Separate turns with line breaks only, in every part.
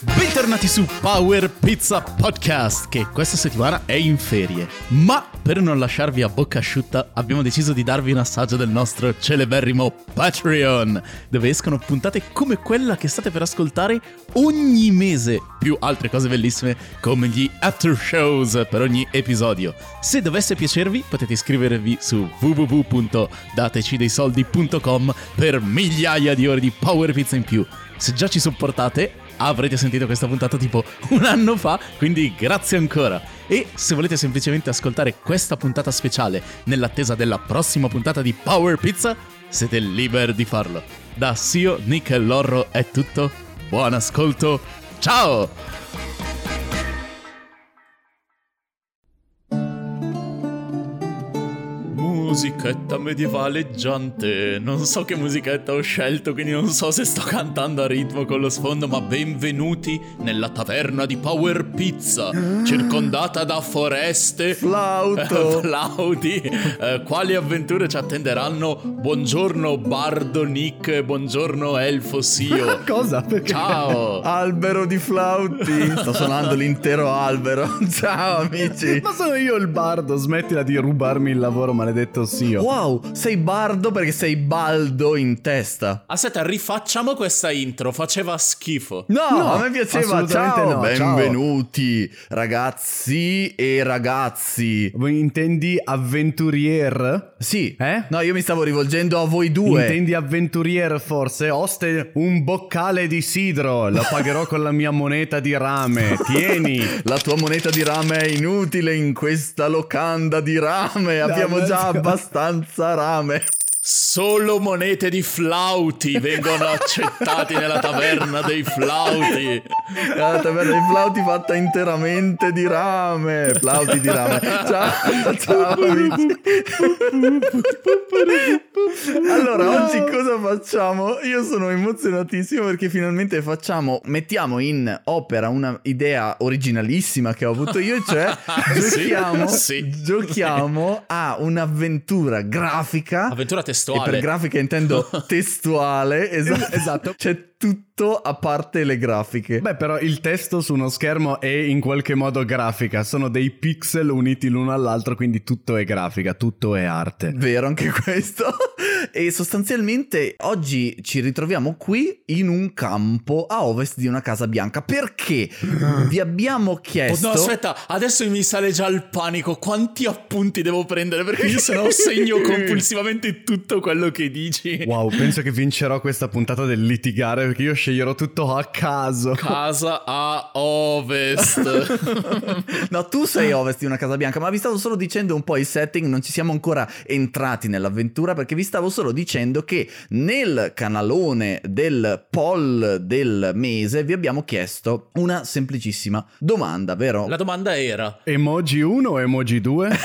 Bentornati su Power Pizza Podcast, che questa settimana è in ferie. Ma per non lasciarvi a bocca asciutta, abbiamo deciso di darvi un assaggio del nostro celeberrimo Patreon, dove escono puntate come quella che state per ascoltare ogni mese, più altre cose bellissime come gli after shows per ogni episodio. Se dovesse piacervi, potete iscrivervi su www.datecidesoldi.com per migliaia di ore di Power Pizza in più. Se già ci sopportate, avrete sentito questa puntata tipo un anno fa, quindi grazie ancora. E se volete semplicemente ascoltare questa puntata speciale nell'attesa della prossima puntata di Power Pizza, siete liberi di farlo. Da Sio, Nick e Lorro è tutto, buon ascolto, ciao! Musichetta medievaleggiante. Non so che musichetta ho scelto, quindi non so se sto cantando a ritmo con lo sfondo, ma benvenuti nella taverna di Power Pizza, circondata da foreste,
Flauto.
flauti. Eh, quali avventure ci attenderanno? Buongiorno Bardo Nick, buongiorno Elfo Sio.
Cosa? Perché?
Ciao.
Albero di flauti. Sto suonando l'intero albero. Ciao amici.
Ma sono io il bardo, smettila di rubarmi il lavoro, maledetto zio.
Wow, sei bardo perché sei baldo in testa.
Aspetta, Ah, rifacciamo questa intro, faceva schifo.
No,
No,
a me piaceva.
assolutamente
Ciao,
no,
benvenuti ragazzi e ragazzi.
Voi intendi avventurier?
Sì.
Eh?
No, io mi stavo rivolgendo a voi due.
Intendi avventurier forse? Oste un boccale di sidro, la pagherò con la mia moneta di rame. Tieni.
La tua moneta di rame è inutile in questa locanda di rame. Abbiamo già
mezzo.
abbastanza rame.
Solo monete di flauti vengono accettate nella taverna dei flauti.
È una taverna dei flauti fatta interamente di rame. Flauti di rame. Ciao, ciao amici. Allora, oggi cosa facciamo? Io sono emozionatissimo perché finalmente facciamo, mettiamo in opera una idea originalissima che ho avuto io, cioè
Sì,
giochiamo,
sì.
giochiamo a un'avventura grafica.
Avventura
E per
testuale.
grafica intendo testuale, esatto.
Esatto.
C'è tutto a parte le grafiche.
Beh, però il testo su uno schermo è in qualche modo grafica, sono dei pixel uniti l'uno all'altro, quindi tutto è grafica, tutto è arte.
Vero anche questo. E sostanzialmente oggi ci ritroviamo qui in un campo a ovest di una casa bianca. Perché vi abbiamo
Oh,
chiesto...
no, aspetta, adesso mi sale già il panico. Quanti appunti devo prendere? Perché io se no segno compulsivamente tutto quello che dici.
Wow, penso che vincerò questa puntata del litigare perché io sceglierò tutto a caso.
Casa a ovest.
No, tu sei a ovest di una casa bianca, ma vi stavo solo dicendo un po' il setting, non ci siamo ancora entrati nell'avventura perché vi stavo solo dicendo che nel canalone del poll del mese vi abbiamo chiesto una semplicissima domanda, vero?
La domanda era:
Emoji 1 o emoji 2?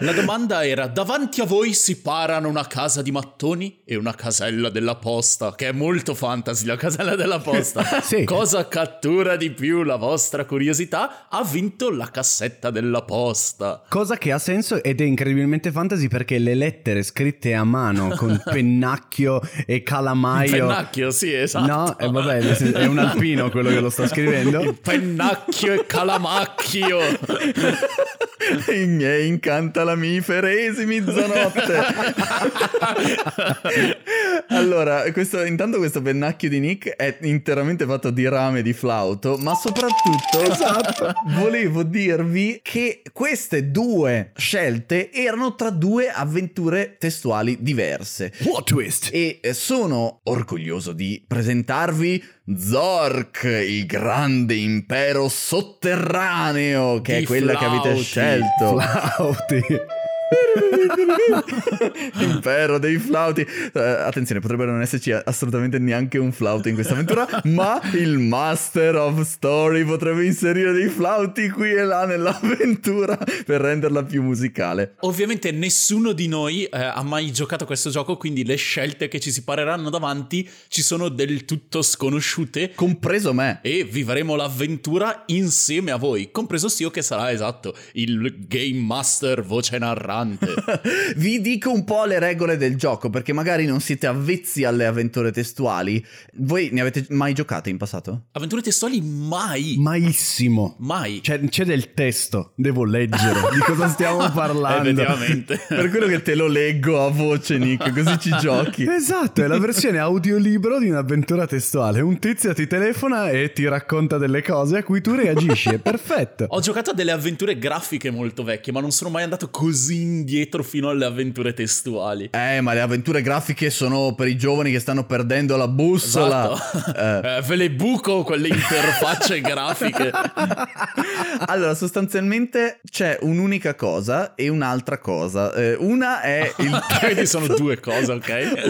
La domanda era: davanti a voi si parano una casa di mattoni e una casella della posta, che è molto fantasy la casella della posta.
Sì.
Cosa cattura di più la vostra curiosità? Ha vinto la cassetta della posta.
Cosa che ha senso ed è incredibilmente fantasy perché le lettere scritte a mano con pennacchio e calamaio.
Pennacchio, sì, esatto.
Ah, No, eh, vabbè, nel senso- è un alpino quello che lo sta scrivendo.
Il Pennacchio e calamacchio.
I miei incantalamiferi mezzanotte. allora, questo- intanto questo pennacchio di Nick è interamente fatto di rame di flauto, ma soprattutto
Esatto.
volevo dirvi che queste due scelte erano tra due avventure testuali diverse.
What twist?
E eh, sono orgoglioso di presentarvi Zork, il grande impero sotterraneo, che
Di
è quella che avete
flauti.
scelto.
Flauti.
Impero dei flauti. Eh, attenzione, potrebbe non esserci assolutamente neanche un flauto in questa avventura, ma il Master of Story potrebbe inserire dei flauti qui e là nell'avventura per renderla più musicale.
Ovviamente nessuno di noi eh, ha mai giocato a questo gioco, quindi le scelte che ci si pareranno davanti ci sono del tutto sconosciute.
Compreso me.
e vivremo l'avventura insieme a voi, compreso Sio che sarà esatto il game master voce Esattamente.
Vi dico un po' le regole del gioco, perché magari non siete avvezzi alle avventure testuali. Voi ne avete mai giocate in passato?
Avventure testuali mai.
Maissimo.
Mai.
C'è, Cioè, c'è del testo, devo leggere di cosa stiamo parlando.
Effettivamente.
Per quello che te lo leggo a voce, Nick, così ci giochi.
Esatto, è la versione audiolibro di un'avventura testuale. Un tizio ti telefona e ti racconta delle cose a cui tu reagisci, è perfetto.
Ho giocato a delle avventure grafiche molto vecchie, ma non sono mai andato così indietro fino alle avventure testuali.
Eh, ma le avventure grafiche sono per i giovani che stanno perdendo la bussola. Eh.
Eh, ve le buco quelle interfacce grafiche.
Allora, sostanzialmente c'è un'unica cosa e un'altra cosa. Eh, una è il
Quindi
testo.
sono due cose, ok?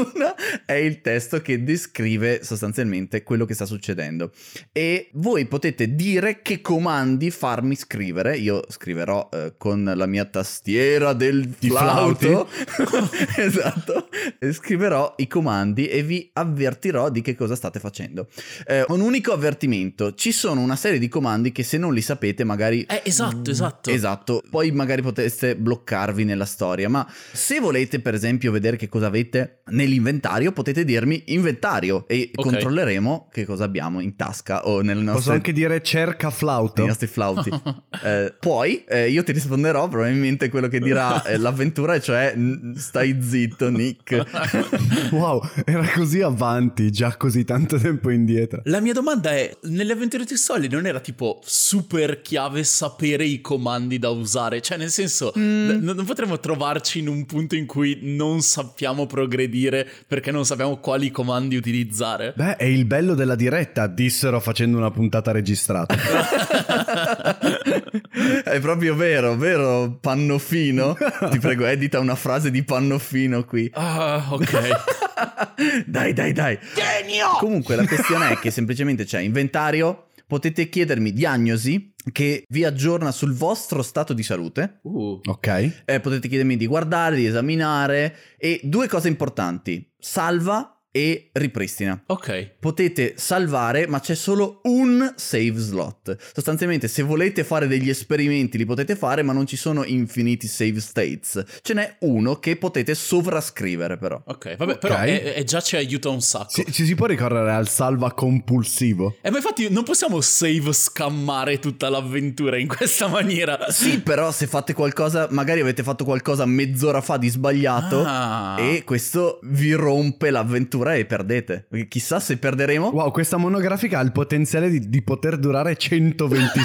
Una è il testo che descrive sostanzialmente quello che sta succedendo. E voi potete dire che comandi farmi scrivere. Io scriverò eh, con la mia tastiera del
Di
flauto. esatto. E Scriverò i comandi e vi avvertirò di che cosa state facendo. Eh, un unico avvertimento. Ci sono una serie di comandi che se non li sapete magari
Eh, esatto, esatto.
Esatto, poi magari poteste bloccarvi nella storia, ma se volete per esempio vedere che cosa avete nell'inventario, potete dirmi inventario e
Ok.
controlleremo che cosa abbiamo in tasca o nelle
Posso
nostre...
anche dire cerca flauto.
nei nostri flauti. Eh, poi eh, io ti risponderò probabilmente quello che dirà eh, l'avventura, e cioè "N- stai zitto Nick.
Wow, era così avanti, già così tanto tempo indietro.
La mia domanda è, nelle avventure testuali non era tipo super chiave sapere i comandi da usare? Cioè, nel senso,
Mm.
n- non potremmo trovarci in un punto in cui non sappiamo progredire perché non sappiamo quali comandi utilizzare?
Beh, è il bello della diretta, dissero facendo una puntata registrata.
È proprio vero, vero Pannofino? Ti prego, edita una frase di Pannofino qui.
Ah, ok. Oh.
dai, dai, dai. Genio! Comunque la questione è che semplicemente c'è inventario, potete chiedermi diagnosi che vi aggiorna sul vostro stato di salute.
Uh.
ok?
Eh, potete chiedermi di guardare, di esaminare e due cose importanti, salva e ripristina.
Ok.
Potete salvare, ma c'è solo un save slot. Sostanzialmente, se volete fare degli esperimenti, li potete fare, ma non ci sono infiniti save states. Ce n'è uno che potete sovrascrivere, però.
Ok, vabbè, però
Ok.
è, è già ci aiuta un sacco.
Ci, ci si può ricorrere al salva compulsivo?
E ma infatti non possiamo save scammare tutta l'avventura in questa maniera.
Sì, però se fate qualcosa, magari avete fatto qualcosa mezz'ora fa di sbagliato
Ah.
esatto. e questo vi rompe l'avventura e perdete. Perché Chissà se perderemo.
Wow, questa monografica ha il potenziale di, di poter durare 126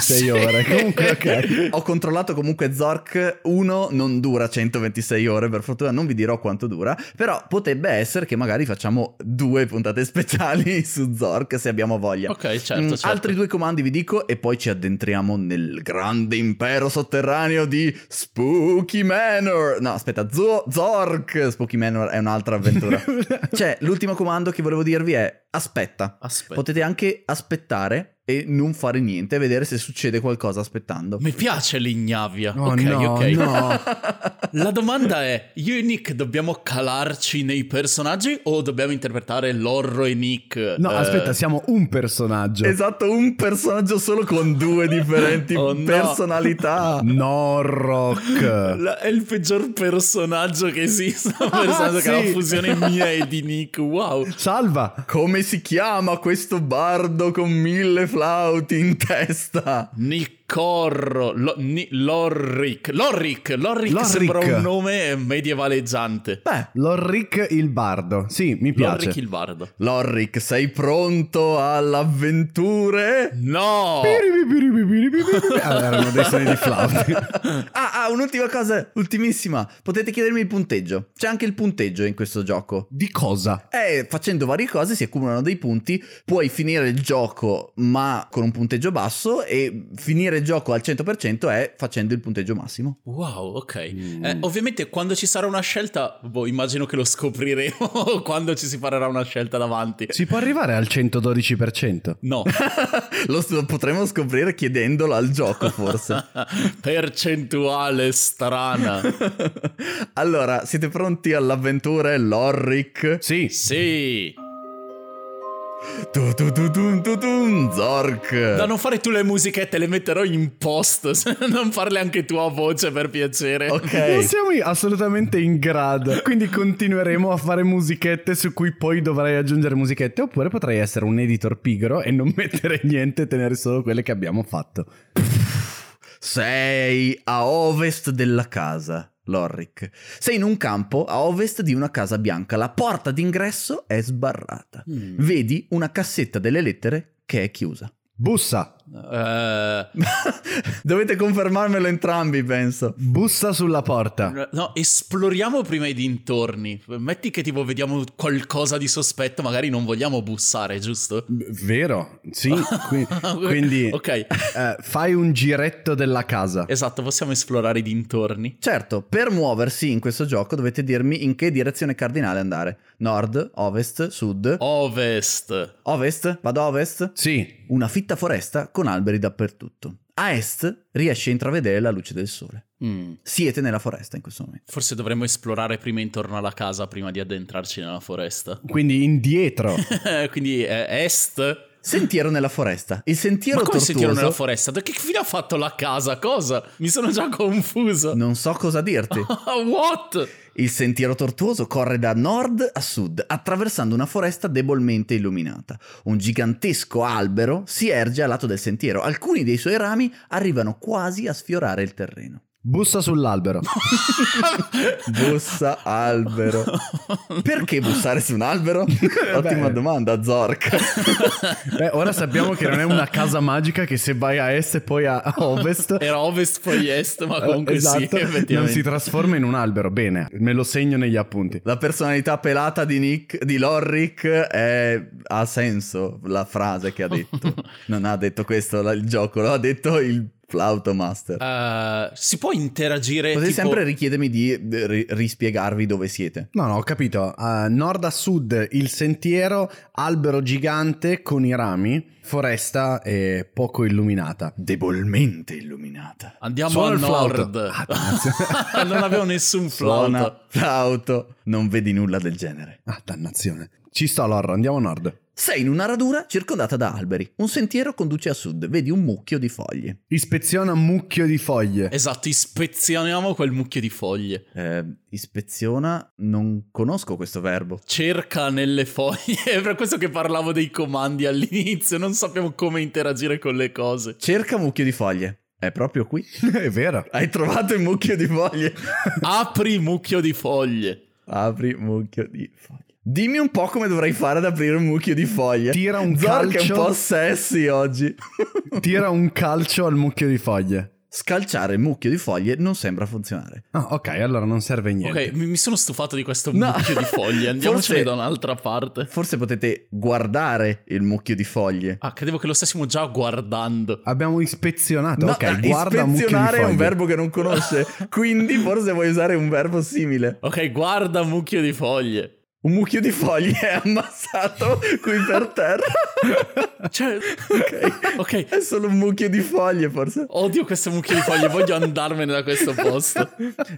Sì.
ore. Comunque, ok.
Ho controllato comunque Zork 1 non dura 126 ore, per fortuna non vi dirò quanto dura, però potrebbe essere che magari facciamo due puntate speciali su Zork se abbiamo voglia.
Ok, certo,
Mm,
certo.
Altri due comandi vi dico e poi ci addentriamo nel grande impero sotterraneo di Spooky Manor. No, aspetta, Zo- Zork. Spooky Manor è un'altra avventura. cioè, l'ultimo comando che volevo dirvi è aspetta.
Aspetta.
Potete anche aspettare e non fare niente, vedere se succede qualcosa aspettando.
Mi piace l'ignavia.
Oh
ok,
no,
ok.
no.
La domanda è, io e Nick dobbiamo calarci nei personaggi o dobbiamo interpretare Lorro e Nick?
No,
Eh,
aspetta, siamo un personaggio.
Esatto, un personaggio solo con due differenti
Oh, no.
personalità.
Norrock.
la- è il peggior personaggio che esista. Sto pensando che è
Ah, sì.
una fusione mia e di Nick. Wow.
Salva.
Come si chiama questo bardo con mille flauti in testa?
Nicorro, Lo- Ni- Lorric. Lorric, Lorric,
Lorric.
sembra un nome medievaleggiante.
Beh,
Lorric il bardo. Sì, mi piace.
Lorric il bardo.
Lorric, sei pronto all'avventure?
No!
Ah, erano dei suoni di flauti.
Ah, ah, un'ultima cosa, ultimissima. Potete chiedermi il punteggio. C'è anche il punteggio in questo gioco.
Di cosa?
E facendo varie cose si accumulano dei punti, puoi finire il gioco ma con un punteggio basso e finire il gioco al 100% è facendo il punteggio massimo.
Wow, ok.
Mm.
Eh, ovviamente quando ci sarà una scelta, boh, immagino che lo scopriremo quando ci si farà una scelta davanti.
Si può arrivare al 112%?
No,
Lo s- potremmo scoprire chiedendolo al gioco forse.
percentuale strana.
allora, siete pronti all'avventura Lorric?
Sì.
Sì.
Tu, tu, tu, tu, tu, tu, Zork.
Da non fare tu le musiche, te le metterò in post. se non farle anche tu a voce, per piacere.
Non
Ok.
siamo assolutamente in grado, quindi continueremo a fare musichette su cui poi dovrai aggiungere musichette, oppure potrei essere un editor pigro e non mettere niente e tenere solo quelle che abbiamo fatto.
Sei a ovest della casa, Lorric. Sei in un campo a ovest di una casa bianca. La porta d'ingresso è sbarrata.
Mm.
Vedi una cassetta delle lettere che è chiusa.
Bussa,
Eh,
Dovete confermarmelo entrambi, penso.
bussa sulla porta.
no, esploriamo prima i dintorni. Metti che tipo vediamo qualcosa di sospetto, magari non vogliamo bussare, giusto?
Vero, sì, qui- quindi
ok,
eh, fai un giretto della casa.
esatto, possiamo esplorare i dintorni.
Certo, per muoversi in questo gioco dovete dirmi in che direzione cardinale andare. Nord, ovest, sud.
Ovest.
Ovest? Vado a ovest?
Sì,
Una fitta foresta con alberi dappertutto. A est riesci a intravedere la luce del sole.
Mm.
Siete nella foresta in questo momento.
Forse dovremmo esplorare prima intorno alla casa prima di addentrarci nella foresta.
quindi indietro.
Quindi eh, est.
Sentiero nella foresta. Il sentiero
Ma come
tortuoso.
sentiero nella foresta? Da Che fine ha fatto la casa? Cosa? Mi sono già confuso. Ah,
non so cosa dirti.
What?
Il sentiero tortuoso corre da nord a sud, attraversando una foresta debolmente illuminata. Un gigantesco albero si erge a lato del sentiero. Alcuni dei suoi rami arrivano quasi a sfiorare il terreno.
Bussa sull'albero.
Bussa albero. Perché bussare su un albero? Ottima
Beh.
domanda, Zork.
Beh, ora sappiamo che non è una casa magica che se vai a est e poi a a ovest...
Era ovest poi est, ma comunque sì,
esatto, non
effettivamente.
si trasforma in un albero. Bene, me lo segno negli appunti.
La personalità pelata di Nick, di Lorric, è- ha senso la frase che ha detto. Non ha detto questo la- il gioco, l'ha detto il flauto master.
Eh, si può interagire
Potete
tipo-
sempre richiedermi di eh, ri- rispiegarvi dove siete.
No, no, ho capito. A nord a sud il sentiero, albero gigante con i rami, foresta eh, poco illuminata.
Debolmente illuminata.
Andiamo
Suona
a
il flauto.
nord.
Ah, cazzo.
non avevo nessun flauto.
Suona flauto. Non vedi nulla del genere.
Ah, dannazione. Ci sto, Lorra, andiamo a nord.
Sei in una radura circondata da alberi. Un sentiero conduce a sud. Vedi un mucchio di foglie.
Ispeziona mucchio di foglie.
Esatto, ispezioniamo quel mucchio di foglie.
Eh, ispeziona. Non conosco questo verbo.
Cerca nelle foglie. È per questo che parlavo dei comandi all'inizio. Non sappiamo come interagire con le cose.
Cerca mucchio di foglie. È proprio qui.
È vero.
Hai trovato il mucchio di foglie.
Apri mucchio di foglie.
Apri mucchio di foglie. Dimmi un po' come dovrei fare ad aprire un mucchio di foglie.
Tira un
Zork è un po'
calcio.
sessi oggi.
Tira un calcio al mucchio di foglie.
Scalciare il mucchio di foglie non sembra funzionare.
Ah, ok, allora non serve niente.
Ok, mi, mi sono stufato di questo
No.
mucchio di foglie. Andiamocene
Forse-
da un'altra parte.
Forse potete guardare il mucchio di foglie.
Ah, credevo che lo stessimo già guardando.
Abbiamo ispezionato.
No, eh,
ok, guarda mucchio di
ispezionare
foglie.
è un verbo che non conosce, quindi forse vuoi usare un verbo simile.
Ok, guarda mucchio di foglie.
Un mucchio di foglie è ammassato qui per terra.
Cioè,
Ok.
ok,
È solo un mucchio di foglie, forse.
odio questo mucchio di foglie, voglio andarmene da questo posto.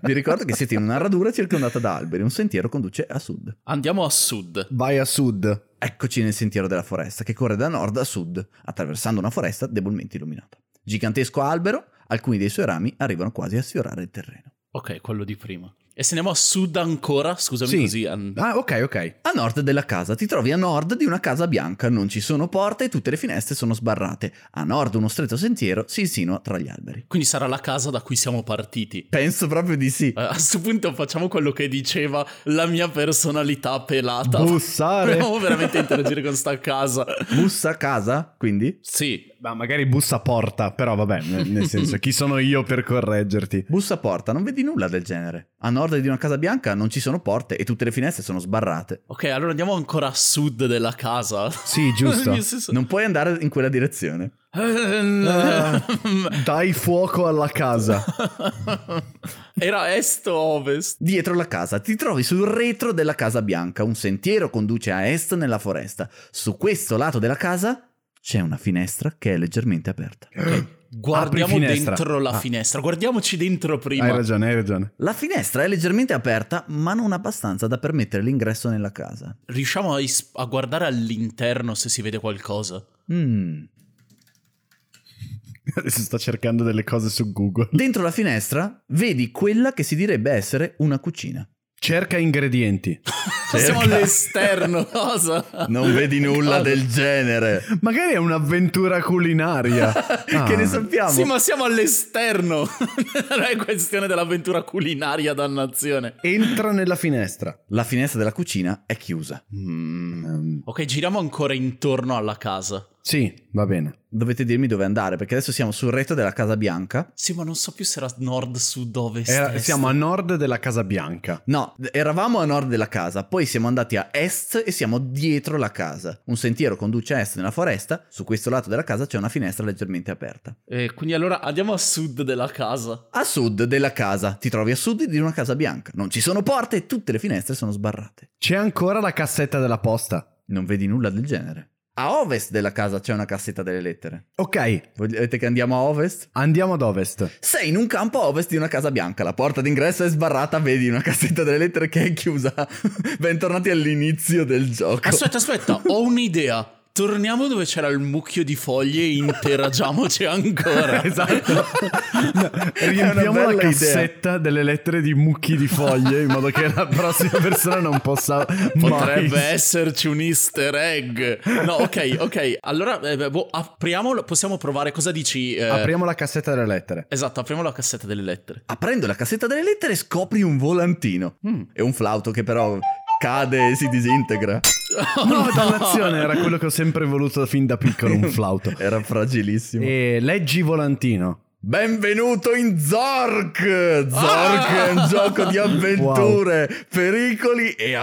Vi ricordo che siete in una radura circondata da alberi. Un sentiero conduce a sud.
Andiamo a sud.
Vai a sud.
Eccoci nel sentiero della foresta che corre da nord a sud, attraversando una foresta debolmente illuminata. Gigantesco albero, alcuni dei suoi rami arrivano quasi a sfiorare il terreno.
Ok, quello di prima. E se andiamo a sud ancora, scusami
Sì.
così. an-
Ah, ok, ok.
A nord della casa ti trovi a nord di una casa bianca, non ci sono porte e tutte le finestre sono sbarrate. A nord uno stretto sentiero si insinua tra gli alberi.
Quindi sarà la casa da cui siamo partiti.
Penso proprio di sì.
Eh, a questo punto facciamo quello che diceva la mia personalità pelata.
Bussare.
Dobbiamo veramente interagire con sta casa.
Bussa a casa, quindi?
Sì,
Ma magari bussa a porta, però vabbè, nel nel senso, chi sono io per correggerti?
Bussa a porta, non vedi nulla del genere. A nord di una casa bianca non ci sono porte e tutte le finestre sono sbarrate.
ok, allora andiamo ancora a sud della casa.
Sì, giusto.
Nel senso-
Non puoi andare in quella direzione.
Ah, dai fuoco alla casa.
Era est o ovest?
Dietro la casa ti trovi sul retro della casa bianca, un sentiero conduce a est nella foresta. Su questo lato della casa c'è una finestra che è leggermente aperta.
guardiamo
finestra.
dentro la
Ah.
finestra, guardiamoci dentro
Hai
prima.
ragione, hai ragione.
La finestra è leggermente aperta, ma non abbastanza da permettere l'ingresso nella casa.
Riusciamo a, is- a guardare all'interno se si vede qualcosa.
Mm.
Adesso sto cercando delle cose su Google.
Dentro la finestra vedi quella che si direbbe essere una cucina.
Cerca ingredienti.
Siamo
Cerca.
all'esterno, cosa?
Non vedi nulla
Cosa?
del genere.
Magari è un'avventura culinaria. Ah.
Che ne
so
sappiamo?
Sì, ma siamo all'esterno. non è questione dell'avventura culinaria, dannazione.
Entra nella finestra.
La finestra della cucina è chiusa.
Mm,
Ok, giriamo ancora intorno alla casa.
sì, va bene.
Dovete dirmi dove andare, perché adesso siamo sul retro della Casa Bianca.
Sì, ma non so più se era nord, sud, ovest.
Era-
est.
Eh, siamo a nord della Casa Bianca.
No, eravamo a nord della casa, poi siamo andati a est e siamo dietro la casa. Un sentiero conduce a est nella foresta, su questo lato della casa c'è una finestra leggermente aperta.
Eh, quindi allora andiamo a sud della casa.
A sud della casa, ti trovi a sud di una casa bianca. Non ci sono porte e tutte le finestre sono sbarrate.
C'è ancora la cassetta della posta.
Non vedi nulla del genere. A ovest della casa c'è una cassetta delle lettere.
Ok,
Volete che andiamo a ovest?
andiamo ad ovest.
Sei in un campo a ovest di una casa bianca, la porta d'ingresso è sbarrata, vedi una cassetta delle lettere che è chiusa. Bentornati all'inizio del gioco.
Aspetta, aspetta, ho un'idea. Torniamo dove c'era il mucchio di foglie e interagiamoci ancora.
Esatto. No,
È una
riempiamo la
bella
cassetta delle lettere di mucchi di foglie in modo che la prossima persona non possa
Potrebbe
mai...
esserci un easter egg. No, ok, ok. Allora, eh, beh, boh, apriamolo, possiamo provare. Cosa dici? eh?
Apriamo la cassetta delle lettere.
Esatto, apriamo la cassetta delle lettere.
Aprendo la cassetta delle lettere scopri un volantino.
Mm.
È un flauto che però cade e si disintegra. Oh,
No, dannazione, era quello che ho sempre voluto fin da piccolo, un flauto.
Era fragilissimo.
E leggi volantino.
Benvenuto in Zork! Zork
Ah!
è un gioco di avventure, pericoli e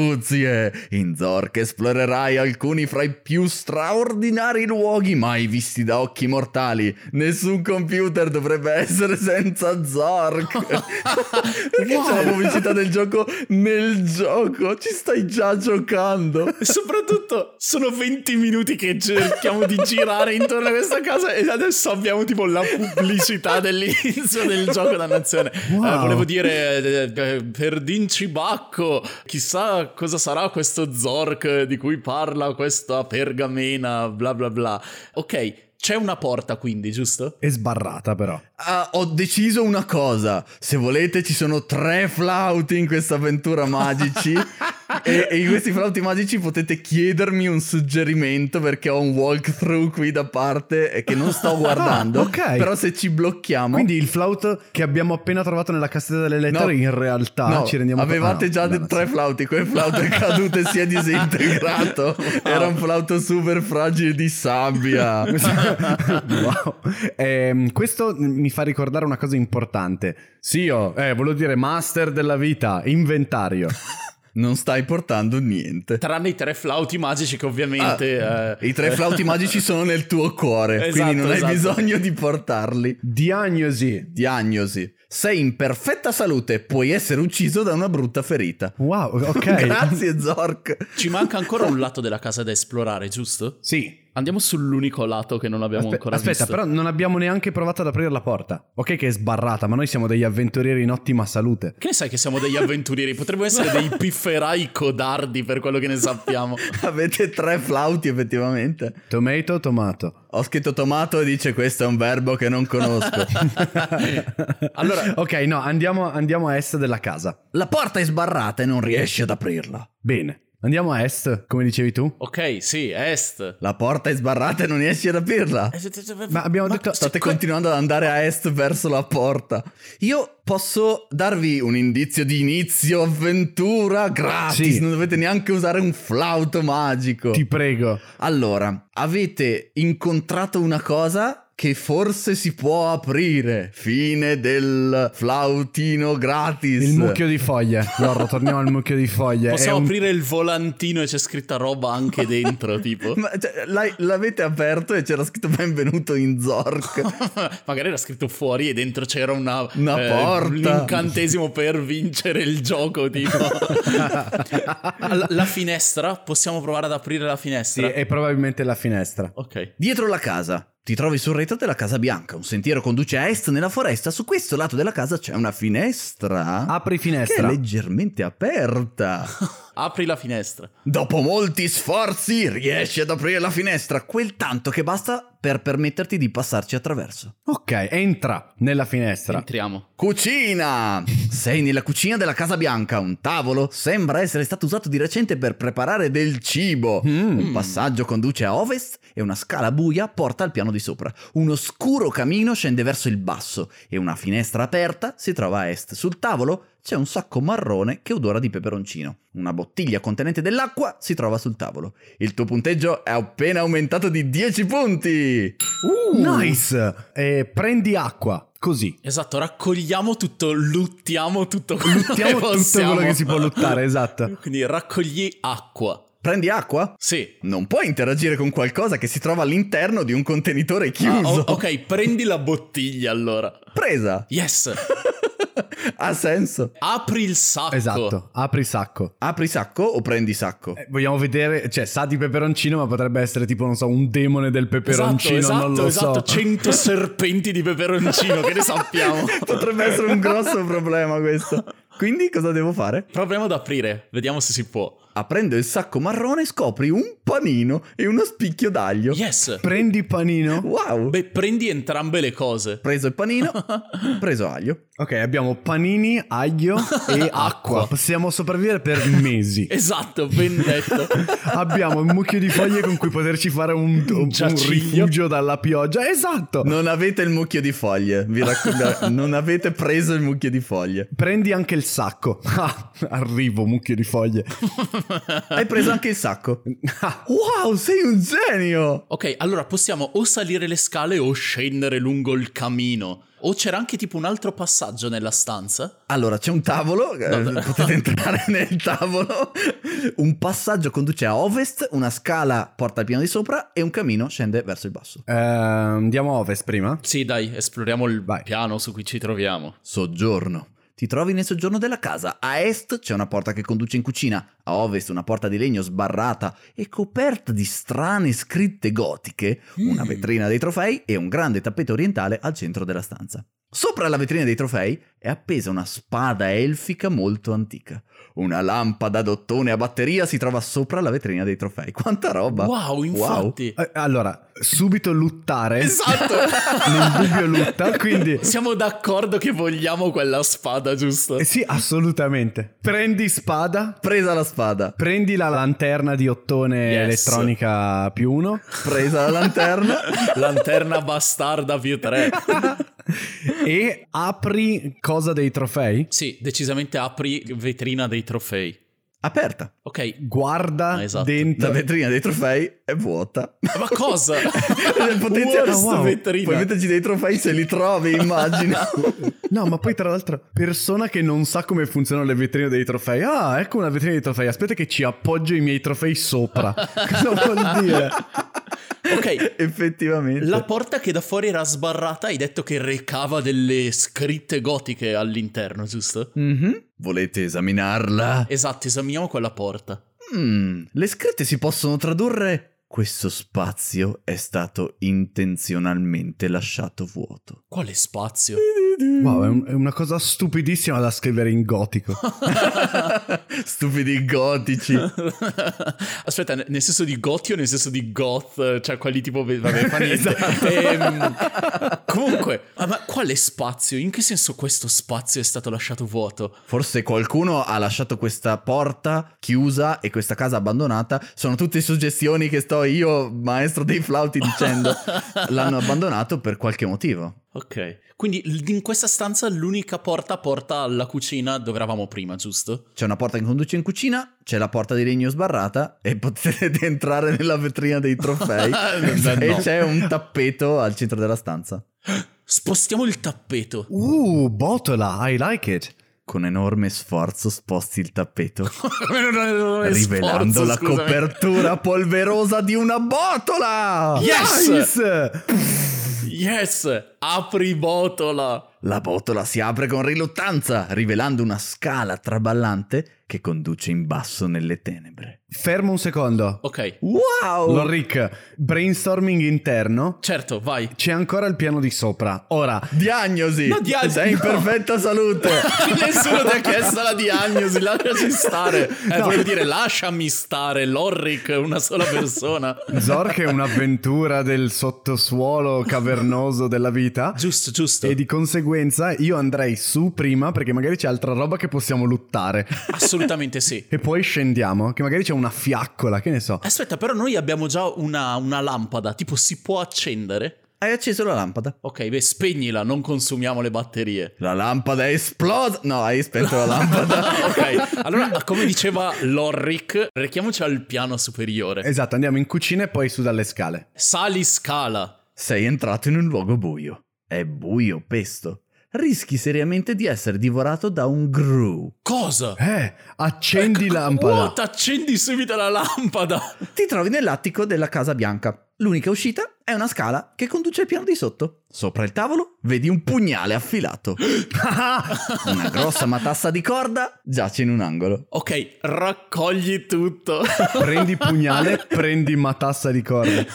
astuzie. In Zork esplorerai alcuni fra i più straordinari luoghi mai visti da occhi mortali. Nessun computer dovrebbe essere senza Zork. Perché c'è la pubblicità del gioco nel gioco? Ci stai già giocando.
E soprattutto sono 20 minuti che cerchiamo di girare intorno a questa casa e adesso abbiamo tipo la pubblicità dell'inizio del gioco dannazione.
Wow.
Eh, volevo dire eh, eh, per Dincibacco, chissà cosa sarà questo Zork di cui parla questa pergamena, bla bla bla. Ok, c'è una porta quindi, giusto?
È sbarrata però.
Ah, ho deciso una cosa. Se volete, ci sono tre flauti in questa avventura magici. e, e in questi flauti magici potete chiedermi un suggerimento perché ho un walkthrough qui da parte eh, che non sto guardando.
Ah, ok.
Però se ci blocchiamo.
Quindi il flauto che abbiamo appena trovato nella cassetta delle lettere in realtà
no,
ci rendiamo
avevate
ah,
già de-
dannazione.
tre flauti, quel flauto è caduto e si è disintegrato.
Ah.
Era un flauto super fragile di sabbia.
Wow. Ehm, questo mi fa ricordare una cosa importante. Sì, io, eh, volevo dire master della vita, inventario.
Non stai portando niente.
Tranne i tre flauti magici che ovviamente...
Ah,
eh,
I tre flauti magici sono nel tuo cuore,
Esatto,
quindi non
esatto.
hai bisogno di portarli.
Diagnosi.
Diagnosi. Sei in perfetta salute, puoi essere ucciso da una brutta ferita.
Wow, ok.
Grazie Zork.
Ci manca ancora un lato della casa da esplorare, giusto?
sì.
Andiamo sull'unico lato che non abbiamo
Aspe-
ancora
aspetta,
visto.
però non abbiamo neanche provato ad aprire la porta. Ok che è sbarrata, ma noi siamo degli avventurieri in ottima salute.
Che ne sai che siamo degli avventurieri? Potremmo essere dei pifferai codardi per quello che ne sappiamo.
Avete tre flauti effettivamente.
Tomato, tomato.
Ho scritto tomato e dice questo è un verbo che non conosco.
Allora,
ok, no, andiamo, andiamo a est della casa.
La porta è sbarrata e non riesci ad aprirla.
Bene, andiamo a est, come dicevi tu.
ok, sì, est.
La porta è sbarrata e non riesci ad aprirla.
Ma abbiamo detto-
State
que-
continuando ad andare a est verso la porta. Io posso darvi un indizio di inizio avventura gratis.
Sì.
Non dovete neanche usare un flauto magico.
Ti prego.
Allora, avete incontrato una cosa che forse si può aprire. Fine del flautino gratis.
Il mucchio di foglie. Loro, torniamo al mucchio di foglie. È
Possiamo
un-
aprire il volantino e c'è scritta roba anche dentro, tipo.
Ma, cioè, l'hai- l'avete aperto e c'era scritto benvenuto in Zork.
Magari era scritto fuori e dentro c'era una,
Una porta.
Un incantesimo per vincere il gioco, tipo. la, la finestra? Possiamo provare ad aprire la
Sì,
finestra?
è probabilmente la finestra.
Ok.
Dietro la casa Ti trovi sul retro della Casa Bianca, un sentiero conduce a est nella foresta, su questo lato della casa c'è una finestra
Apri
che è
finestra.
leggermente aperta.
Apri la finestra.
Dopo molti sforzi riesci ad aprire la finestra, quel tanto che basta per permetterti di passarci attraverso.
Ok, entra nella finestra.
Entriamo.
Cucina! Sei nella cucina della Casa Bianca, un tavolo sembra essere stato usato di recente per preparare del cibo.
Mm.
Un passaggio conduce a ovest e una scala buia porta al piano di sopra. Un oscuro camino scende verso il basso e una finestra aperta si trova a est. Sul tavolo c'è un sacco marrone che odora di peperoncino. Una bottiglia contenente dell'acqua si trova sul tavolo. Il tuo punteggio è appena aumentato di 10 punti!
Uh.
Nice! E prendi acqua, così.
Esatto, raccogliamo tutto, luttiamo tutto quello
Luttiamo
che
tutto
possiamo.
quello che si può luttare, esatto.
Quindi raccogli acqua.
Prendi acqua?
Sì.
Non puoi interagire con qualcosa che si trova all'interno di un contenitore
Ah,
chiuso.
o- ok, prendi la bottiglia allora.
Presa.
Yes.
ha senso.
Apri il sacco.
Esatto, apri sacco.
Apri sacco o prendi sacco?
Eh, vogliamo vedere, cioè, sa di peperoncino, ma potrebbe essere tipo, non so, un demone del
Esatto,
peperoncino, non
esatto,
lo
esatto.
so.
100 serpenti di peperoncino, che ne sappiamo.
Potrebbe essere un grosso problema questo. Quindi cosa devo fare?
Proviamo ad aprire, vediamo se si può.
Aprendo il sacco marrone scopri un panino e uno spicchio d'aglio.
Yes.
Prendi panino.
Wow.
Beh, prendi entrambe le cose.
Preso il panino, preso aglio.
Ok, abbiamo panini, aglio e acqua. Possiamo sopravvivere per mesi.
Esatto, ben detto.
Abbiamo un mucchio di foglie con cui poterci fare un, un- un
giaciglio.
rifugio dalla pioggia. Esatto.
Non avete il mucchio di foglie, vi raccomando. non avete preso il mucchio di foglie.
Prendi anche il sacco. Ah, arrivo, mucchio di foglie.
Hai preso anche il sacco.
Ah,
Wow, sei un genio!
ok, allora possiamo o salire le scale o scendere lungo il camino. O c'era anche tipo un altro passaggio nella stanza.
Allora, c'è un tavolo, eh, potete entrare nel tavolo. Un passaggio conduce a ovest, una scala porta al piano di sopra e un camino scende verso il basso.
eh, andiamo a ovest prima.
Sì, dai, esploriamo il
Vai.
piano su cui ci troviamo.
Soggiorno. Ti trovi nel soggiorno della casa. A est c'è una porta che conduce in cucina, a ovest una porta di legno sbarrata e coperta di strane scritte gotiche, una
Mm.
vetrina dei trofei e un grande tappeto orientale al centro della stanza. Sopra la vetrina dei trofei è appesa una spada elfica molto antica. Una lampada ad ottone a batteria si trova sopra la vetrina dei trofei. Quanta roba!
Wow, infatti.
Eh, allora, subito luttare.
Esatto.
Nel dubbio lutta, quindi...
Siamo d'accordo che vogliamo quella spada, giusto?
eh, Sì, assolutamente. Prendi spada.
Presa la spada,
Prendi la lanterna di ottone
Yes.
elettronica più uno.
presa la lanterna.
Lanterna bastarda più 3.
e apri cosa dei trofei.
Sì, decisamente apri vetrina dei trofei.
Aperta.
Ok.
Guarda
Ah, esatto.
La
dentro.
vetrina dei trofei è vuota.
Ma cosa?
Nel potenziale
Worst
wow.
vetrina.
Puoi metterci dei trofei se li trovi, immagino.
No, ma poi tra l'altro, persona che non sa come funzionano le vetrine dei trofei. Ah, ecco una vetrina dei trofei. Aspetta che ci appoggio i miei trofei sopra. Cosa vuol dire?
Ok.
Effettivamente.
La porta che da fuori era sbarrata hai detto che recava delle scritte gotiche all'interno, giusto?
Mhm. Volete esaminarla?
Esatto, esaminiamo quella porta.
Mm, le scritte si possono tradurre. Questo spazio è stato intenzionalmente lasciato vuoto.
Quale spazio?
Wow, eh. è, un- è una cosa stupidissima da scrivere in gotico.
Stupidi gotici.
Aspetta, ne- nel senso di goti o nel senso di goth? Cioè quelli tipo... Vabbè, fa niente.
Esatto.
Ehm, comunque, ah, ma quale spazio? In che senso questo spazio è stato lasciato vuoto?
Forse qualcuno ha lasciato questa porta chiusa e questa casa abbandonata. Sono tutte suggestioni che sto io, maestro dei flauti, dicendo. L'hanno abbandonato per qualche motivo.
Ok. Quindi l- in questa stanza l'unica porta porta alla cucina dove eravamo prima, giusto?
C'è una porta che conduce in cucina, c'è la porta di legno sbarrata e potete entrare nella vetrina dei trofei.
No.
E c'è un tappeto al centro della stanza
Spostiamo il tappeto.
Uh, botola, I like it.
con enorme sforzo sposti il tappeto, rivelando
Rivelando
la copertura polverosa di una botola.
Yes!
Nice!
Yes! Apri botola!
La botola si apre con riluttanza, rivelando una scala traballante che conduce in basso nelle tenebre.
Fermo un secondo.
Ok,
Wow!
Lorric, brainstorming interno.
certo, vai.
C'è ancora il piano di sopra. Ora,
Diagnosi!
No, diagnosi,
Sei
no.
in perfetta salute!
Nessuno ti ha chiesto la diagnosi, lasciami stare. Eh,
No.
Volevo dire, lasciami stare, Lorric, è una sola persona.
Zork è un'avventura del sottosuolo cavernoso della vita.
Giusto, giusto.
E di conseguenza io andrei su prima perché magari c'è altra roba che possiamo luttare.
Assolutamente sì.
E poi scendiamo, che magari c'è una fiaccola, che ne so.
Aspetta, però noi abbiamo già una, una lampada, tipo si può accendere?
Hai acceso la lampada?
Ok, beh, spegnila, non consumiamo le batterie.
La lampada è esplosa! No, hai spento la lampada.
ok, allora, come diceva Lorric, rechiamoci al piano superiore.
Esatto, andiamo in cucina e poi su dalle scale.
Sali scala.
Sei entrato in un luogo buio. È buio, pesto. Rischi seriamente di essere divorato da un gru.
Cosa?
Eh, accendi lampada.
Ecco, What? Accendi subito la lampada.
Ti trovi nell'attico della Casa Bianca. L'unica uscita è una scala che conduce al piano di sotto. Sopra il tavolo vedi un pugnale affilato. Una grossa matassa di corda giace in un angolo.
Ok, raccogli tutto.
prendi pugnale, prendi matassa di corda.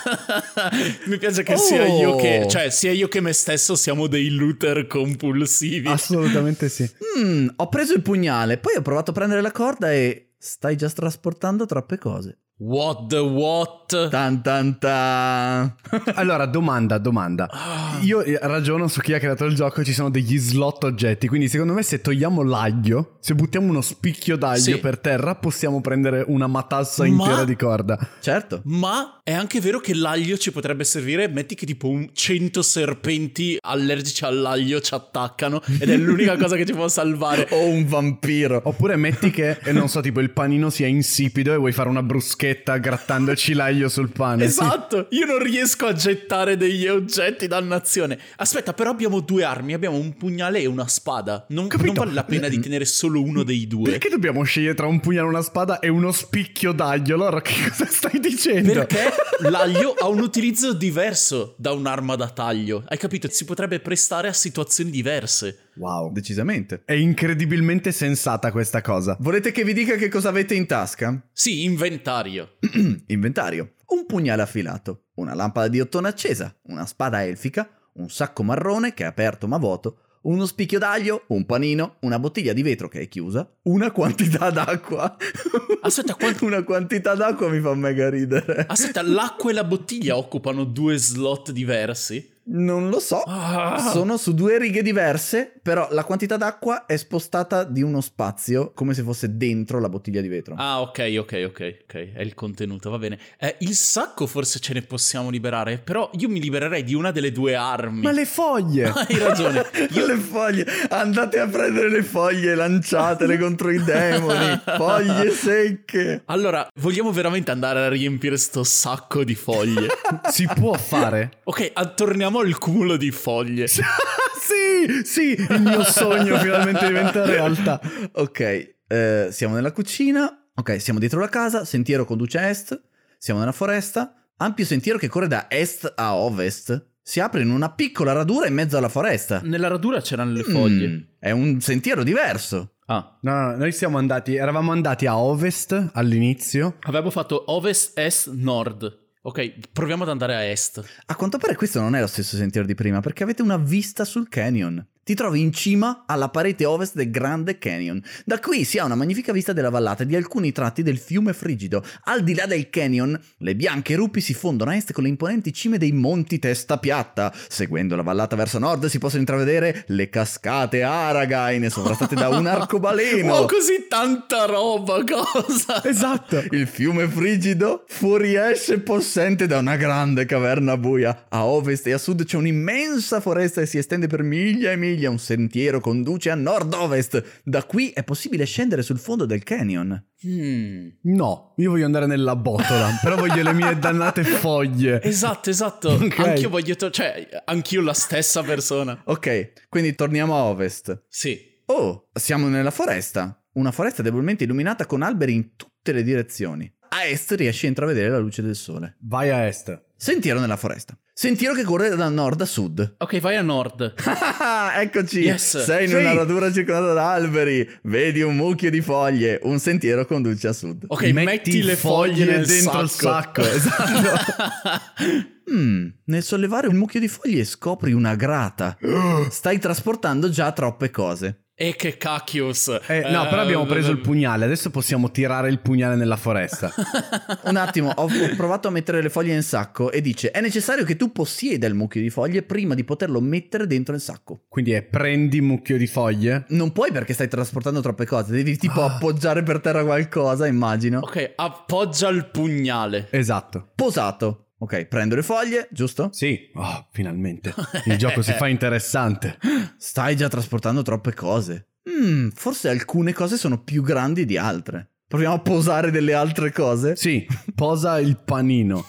Mi piace che
Oh!
sia io che, cioè, sia io che me stesso siamo dei looter compulsivi.
Ah. Assolutamente sì.
Mmm, ho preso il pugnale, poi ho provato a prendere la corda e stai già trasportando troppe cose.
what the what?
Tan tan tan.
Allora, domanda, domanda.
Ah,
Io eh, ragiono su chi ha creato il gioco, ci sono degli slot oggetti, quindi secondo me se togliamo l'aglio, se buttiamo uno spicchio d'aglio
Sì.
per terra, possiamo prendere una matassa
Ma-
intera di corda.
Certo.
Ma è anche vero che l'aglio ci potrebbe servire, metti che tipo un 100 serpenti allergici all'aglio ci attaccano ed è l'unica cosa che ci può salvare.
O un vampiro.
Oppure metti che, eh, non so, tipo il panino sia insipido e vuoi fare una bruschetta grattandoci l'aglio sul pane.
Esatto, io non riesco a gettare degli oggetti, dannazione. Aspetta, però abbiamo due armi, abbiamo un pugnale e una spada. Non, non vale la pena di tenere solo uno dei due.
Perché dobbiamo scegliere tra un pugnale, una spada e uno spicchio d'aglio? Allora, che cosa stai dicendo?
Perché l'aglio ha un utilizzo diverso da un'arma da taglio. Hai capito? Si potrebbe prestare a situazioni diverse.
Wow.
Decisamente.
È incredibilmente sensata questa cosa.
Volete che vi dica che cosa avete in tasca?
Sì, inventario.
Inventario. Un pugnale affilato, una lampada di ottone accesa, una spada elfica, un sacco marrone che è aperto ma vuoto, uno spicchio d'aglio, un panino, una bottiglia di vetro che è chiusa, una quantità d'acqua.
Aspetta, quant-
Una quantità d'acqua mi fa mega ridere.
Aspetta, l'acqua e la bottiglia occupano due slot diversi.
Non lo so.
Ah,
Sono su due righe diverse, però la quantità d'acqua è spostata di uno spazio come se fosse dentro la bottiglia di vetro.
Ah, ok, ok, ok, ok. È il contenuto, va bene. Eh, il sacco forse ce ne possiamo liberare, però io mi libererei di una delle due armi.
Ma le foglie!
Hai ragione. Io-
Le foglie, andate a prendere le foglie, lanciatele contro i demoni, foglie secche.
Allora, vogliamo veramente andare a riempire sto sacco di foglie?
si può fare?
ok, attorniamo al cumulo di foglie.
sì, sì, il mio sogno finalmente diventa realtà.
Ok, eh, siamo nella cucina, ok, siamo dietro la casa, sentiero conduce a est, siamo nella foresta, ampio sentiero che corre da est a ovest, si apre in una piccola radura in mezzo alla foresta.
Nella radura c'erano le
Mm,
foglie.
è un sentiero diverso.
Ah,
No, no, no, noi siamo andati, eravamo andati a ovest all'inizio.
avevamo fatto ovest, est, nord. Ok, proviamo ad andare a est.
A quanto pare questo non è lo stesso sentiero di prima, perché avete una vista sul canyon. Ti trovi in cima alla parete ovest del Grande Canyon. Da qui si ha una magnifica vista della vallata e di alcuni tratti del fiume frigido. Al di là del canyon, le bianche rupi si fondono a est con le imponenti cime dei monti testa piatta. Seguendo la vallata verso nord si possono intravedere le cascate Aragain, sovrattate da un arcobaleno.
Ho così tanta roba, cosa?
Esatto.
Il fiume frigido fuoriesce possente da una grande caverna buia. A ovest e a sud c'è un'immensa foresta e si estende per miglia e miglia. Un sentiero conduce a nord-ovest. Da qui è possibile scendere sul fondo del canyon.
Hmm.
No, io voglio andare nella botola, però voglio le mie dannate foglie.
Esatto, esatto.
Ok.
Anch'io voglio... to- cioè, anch'io la stessa persona.
Ok, quindi torniamo a ovest.
Sì.
Oh, siamo nella foresta. Una foresta debolmente illuminata con alberi in tutte le direzioni. A est riesci a intravedere la luce del sole.
Vai a est.
Sentiero nella foresta. Sentiero che corre da nord a sud.
Ok, vai a nord.
Ah, Eccoci,
Yes.
sei in
Sì.
una radura circondata da alberi, vedi un mucchio di foglie, un sentiero conduce a sud.
Ok, metti, le foglie, nel
dentro
sacco.
il sacco. Esatto.
Mm, nel sollevare un mucchio di foglie scopri una grata. Stai trasportando già troppe cose.
e che cacchius.
Eh, no, però abbiamo preso il pugnale, adesso possiamo tirare il pugnale nella foresta.
eh.
Un attimo, ho, ho provato a mettere le foglie in sacco e dice: È necessario che tu possieda il mucchio di foglie prima di poterlo mettere dentro il sacco.
Quindi è prendi mucchio di foglie.
Non puoi perché stai trasportando troppe cose, devi tipo appoggiare per terra qualcosa, immagino.
Ah. Ok, appoggia il pugnale.
Esatto.
Posato. Ok, prendo le foglie, giusto?
Sì. Oh, finalmente. Il gioco si fa interessante.
Stai già trasportando troppe cose. Mm, forse alcune cose sono più grandi di altre. Proviamo a posare delle altre cose.
Sì, posa il panino.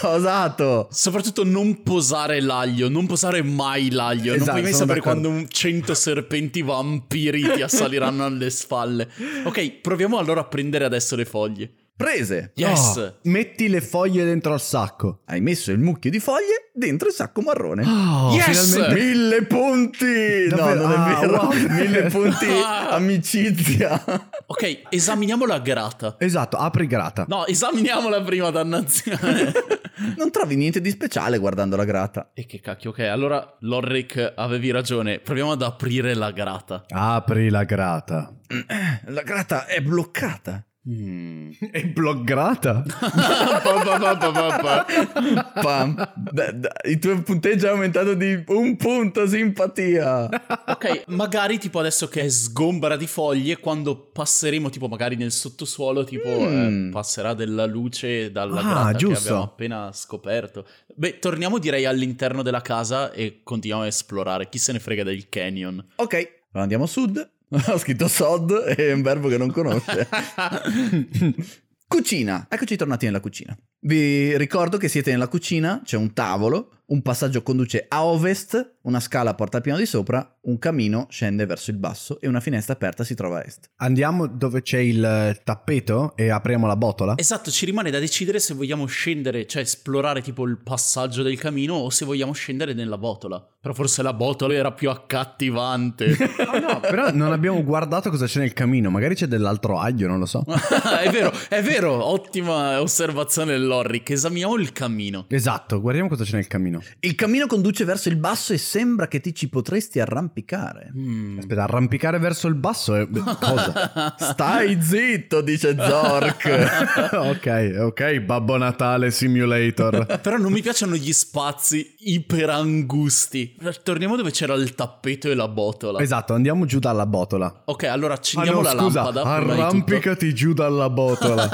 Posato.
Soprattutto non posare l'aglio, non posare mai l'aglio. non
Esatto,
puoi mai
sono
sapere
d'accordo.
quando un cento serpenti vampiri ti assaliranno alle spalle. Ok, proviamo allora a prendere adesso le foglie.
Prese.
Yes.
Oh, metti le foglie dentro al sacco.
Hai messo il mucchio di foglie dentro il sacco marrone.
Oh,
Yes!
finalmente.
Mille punti! No,
Davvero?
non è
Ah,
vero.
wow. Ah.
Mille punti amicizia.
Ok, esaminiamo la grata.
Esatto, apri grata.
No, esaminiamola prima, dannazione.
Non trovi niente di speciale guardando la grata.
e che cacchio, ok, allora Lorric avevi ragione. Proviamo ad aprire la grata.
Apri la grata.
Eh, La grata è bloccata.
Mm.
È bloccata?
Pa, pa, pa, pa, pa, pa.
Pam. Da- da- il tuo punteggio è aumentato di un punto simpatia.
Ok, magari tipo adesso che è sgombra di foglie, quando passeremo tipo magari nel sottosuolo, tipo
Mm.
eh, passerà della luce dalla
Ah,
grata che
giusto.
abbiamo appena scoperto. Beh, torniamo direi all'interno della casa e continuiamo a esplorare. Chi se ne frega del canyon?
Ok, allora andiamo a sud. Ho scritto sod è un verbo che non conosce. cucina. Eccoci tornati nella cucina. Vi ricordo che siete nella cucina, c'è un tavolo, un passaggio conduce a ovest, una scala porta al piano di sopra, un camino scende verso il basso e una finestra aperta si trova a est.
Andiamo dove c'è il eh, tappeto e apriamo la botola?
Esatto, ci rimane da decidere se vogliamo scendere, cioè esplorare tipo il passaggio del camino o se vogliamo scendere nella botola. Però forse la botola era più accattivante.
Oh, no, però non abbiamo guardato cosa c'è nel camino, magari c'è dell'altro aglio, non lo so.
è vero, è vero, ottima osservazione Lorric. Esaminiamo il camino.
Esatto, guardiamo cosa c'è nel camino.
Il cammino conduce verso il basso e sembra che ti ci potresti arrampicare.
Mm.
Aspetta, arrampicare verso il basso è cosa?
Stai zitto, dice Zork.
ok, ok, Babbo Natale Simulator.
Però non mi piacciono gli spazi iperangusti. Torniamo dove c'era il tappeto e la botola.
Esatto, andiamo giù dalla botola.
ok, allora accendiamo
Andiamo
la lampada. prima di tutto.
Ah, arrampicati giù dalla botola.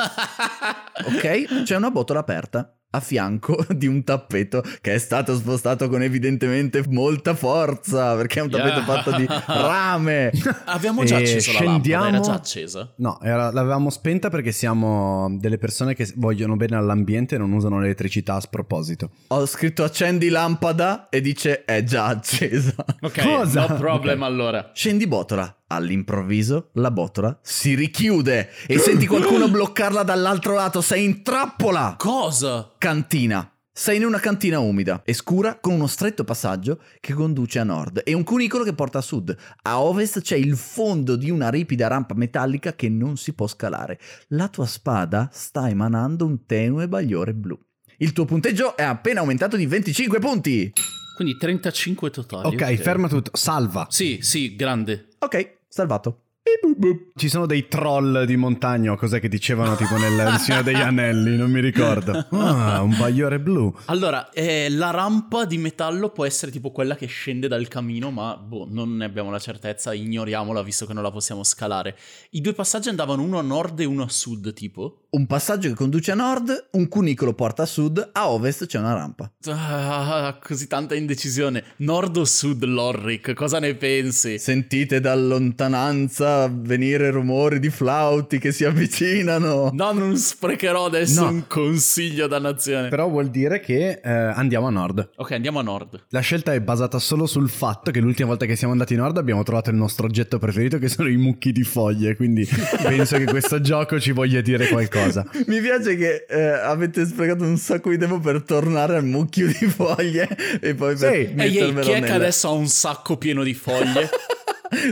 Ok, c'è una botola aperta a fianco di un tappeto che è stato spostato con evidentemente molta forza, perché è un tappeto
Yeah.
fatto di rame.
Abbiamo già
E
acceso
Eh, scendiamo-
la lampada, era già accesa.
No, era- l'avevamo spenta perché siamo delle persone che vogliono bene all'ambiente e non usano l'elettricità a sproposito.
Ho scritto accendi lampada e dice è già accesa.
Ok,
Cosa?
no problem allora.
Scendi botola. All'improvviso la botola si richiude e senti qualcuno bloccarla dall'altro lato. Sei in trappola!
Cosa?
Cantina. Sei in una cantina umida e scura con uno stretto passaggio che conduce a nord e un cunicolo che porta a sud. A ovest c'è il fondo di una ripida rampa metallica che non si può scalare. La tua spada sta emanando un tenue bagliore blu. Il tuo punteggio è appena aumentato di 25 punti.
Quindi 35 totali.
Ok, ferma tutto, salva.
Sì, sì, grande.
Ok, salvato. Bip, bup, bup.
Ci sono dei troll di montagna, cos'è che dicevano tipo nel Signore degli Anelli, non mi ricordo. Ah, un bagliore blu.
Allora, eh, la rampa di metallo può essere tipo quella che scende dal camino, ma boh, non ne abbiamo la certezza, ignoriamola visto che non la possiamo scalare. I due passaggi andavano uno a nord e uno a sud, tipo.
Un passaggio che conduce a nord, un cunicolo porta a sud, a ovest c'è una rampa.
Ah, così tanta indecisione. Nord o sud, Lorric? Cosa ne pensi?
Sentite da lontananza fa venire rumori di flauti che si avvicinano.
No, non sprecherò adesso
No.
un consiglio da nazione.
Però vuol dire che eh, andiamo a nord.
Ok, andiamo a nord.
La scelta è basata solo sul fatto che l'ultima volta che siamo andati in nord abbiamo trovato il nostro oggetto preferito che sono i mucchi di foglie, quindi penso che questo gioco ci voglia dire qualcosa.
Mi piace che eh, avete sprecato un sacco di tempo per tornare al mucchio di foglie e poi per
Sì.
Ehi, ehi,
mettermelo
chi è che
nella-
adesso ha un sacco pieno di foglie?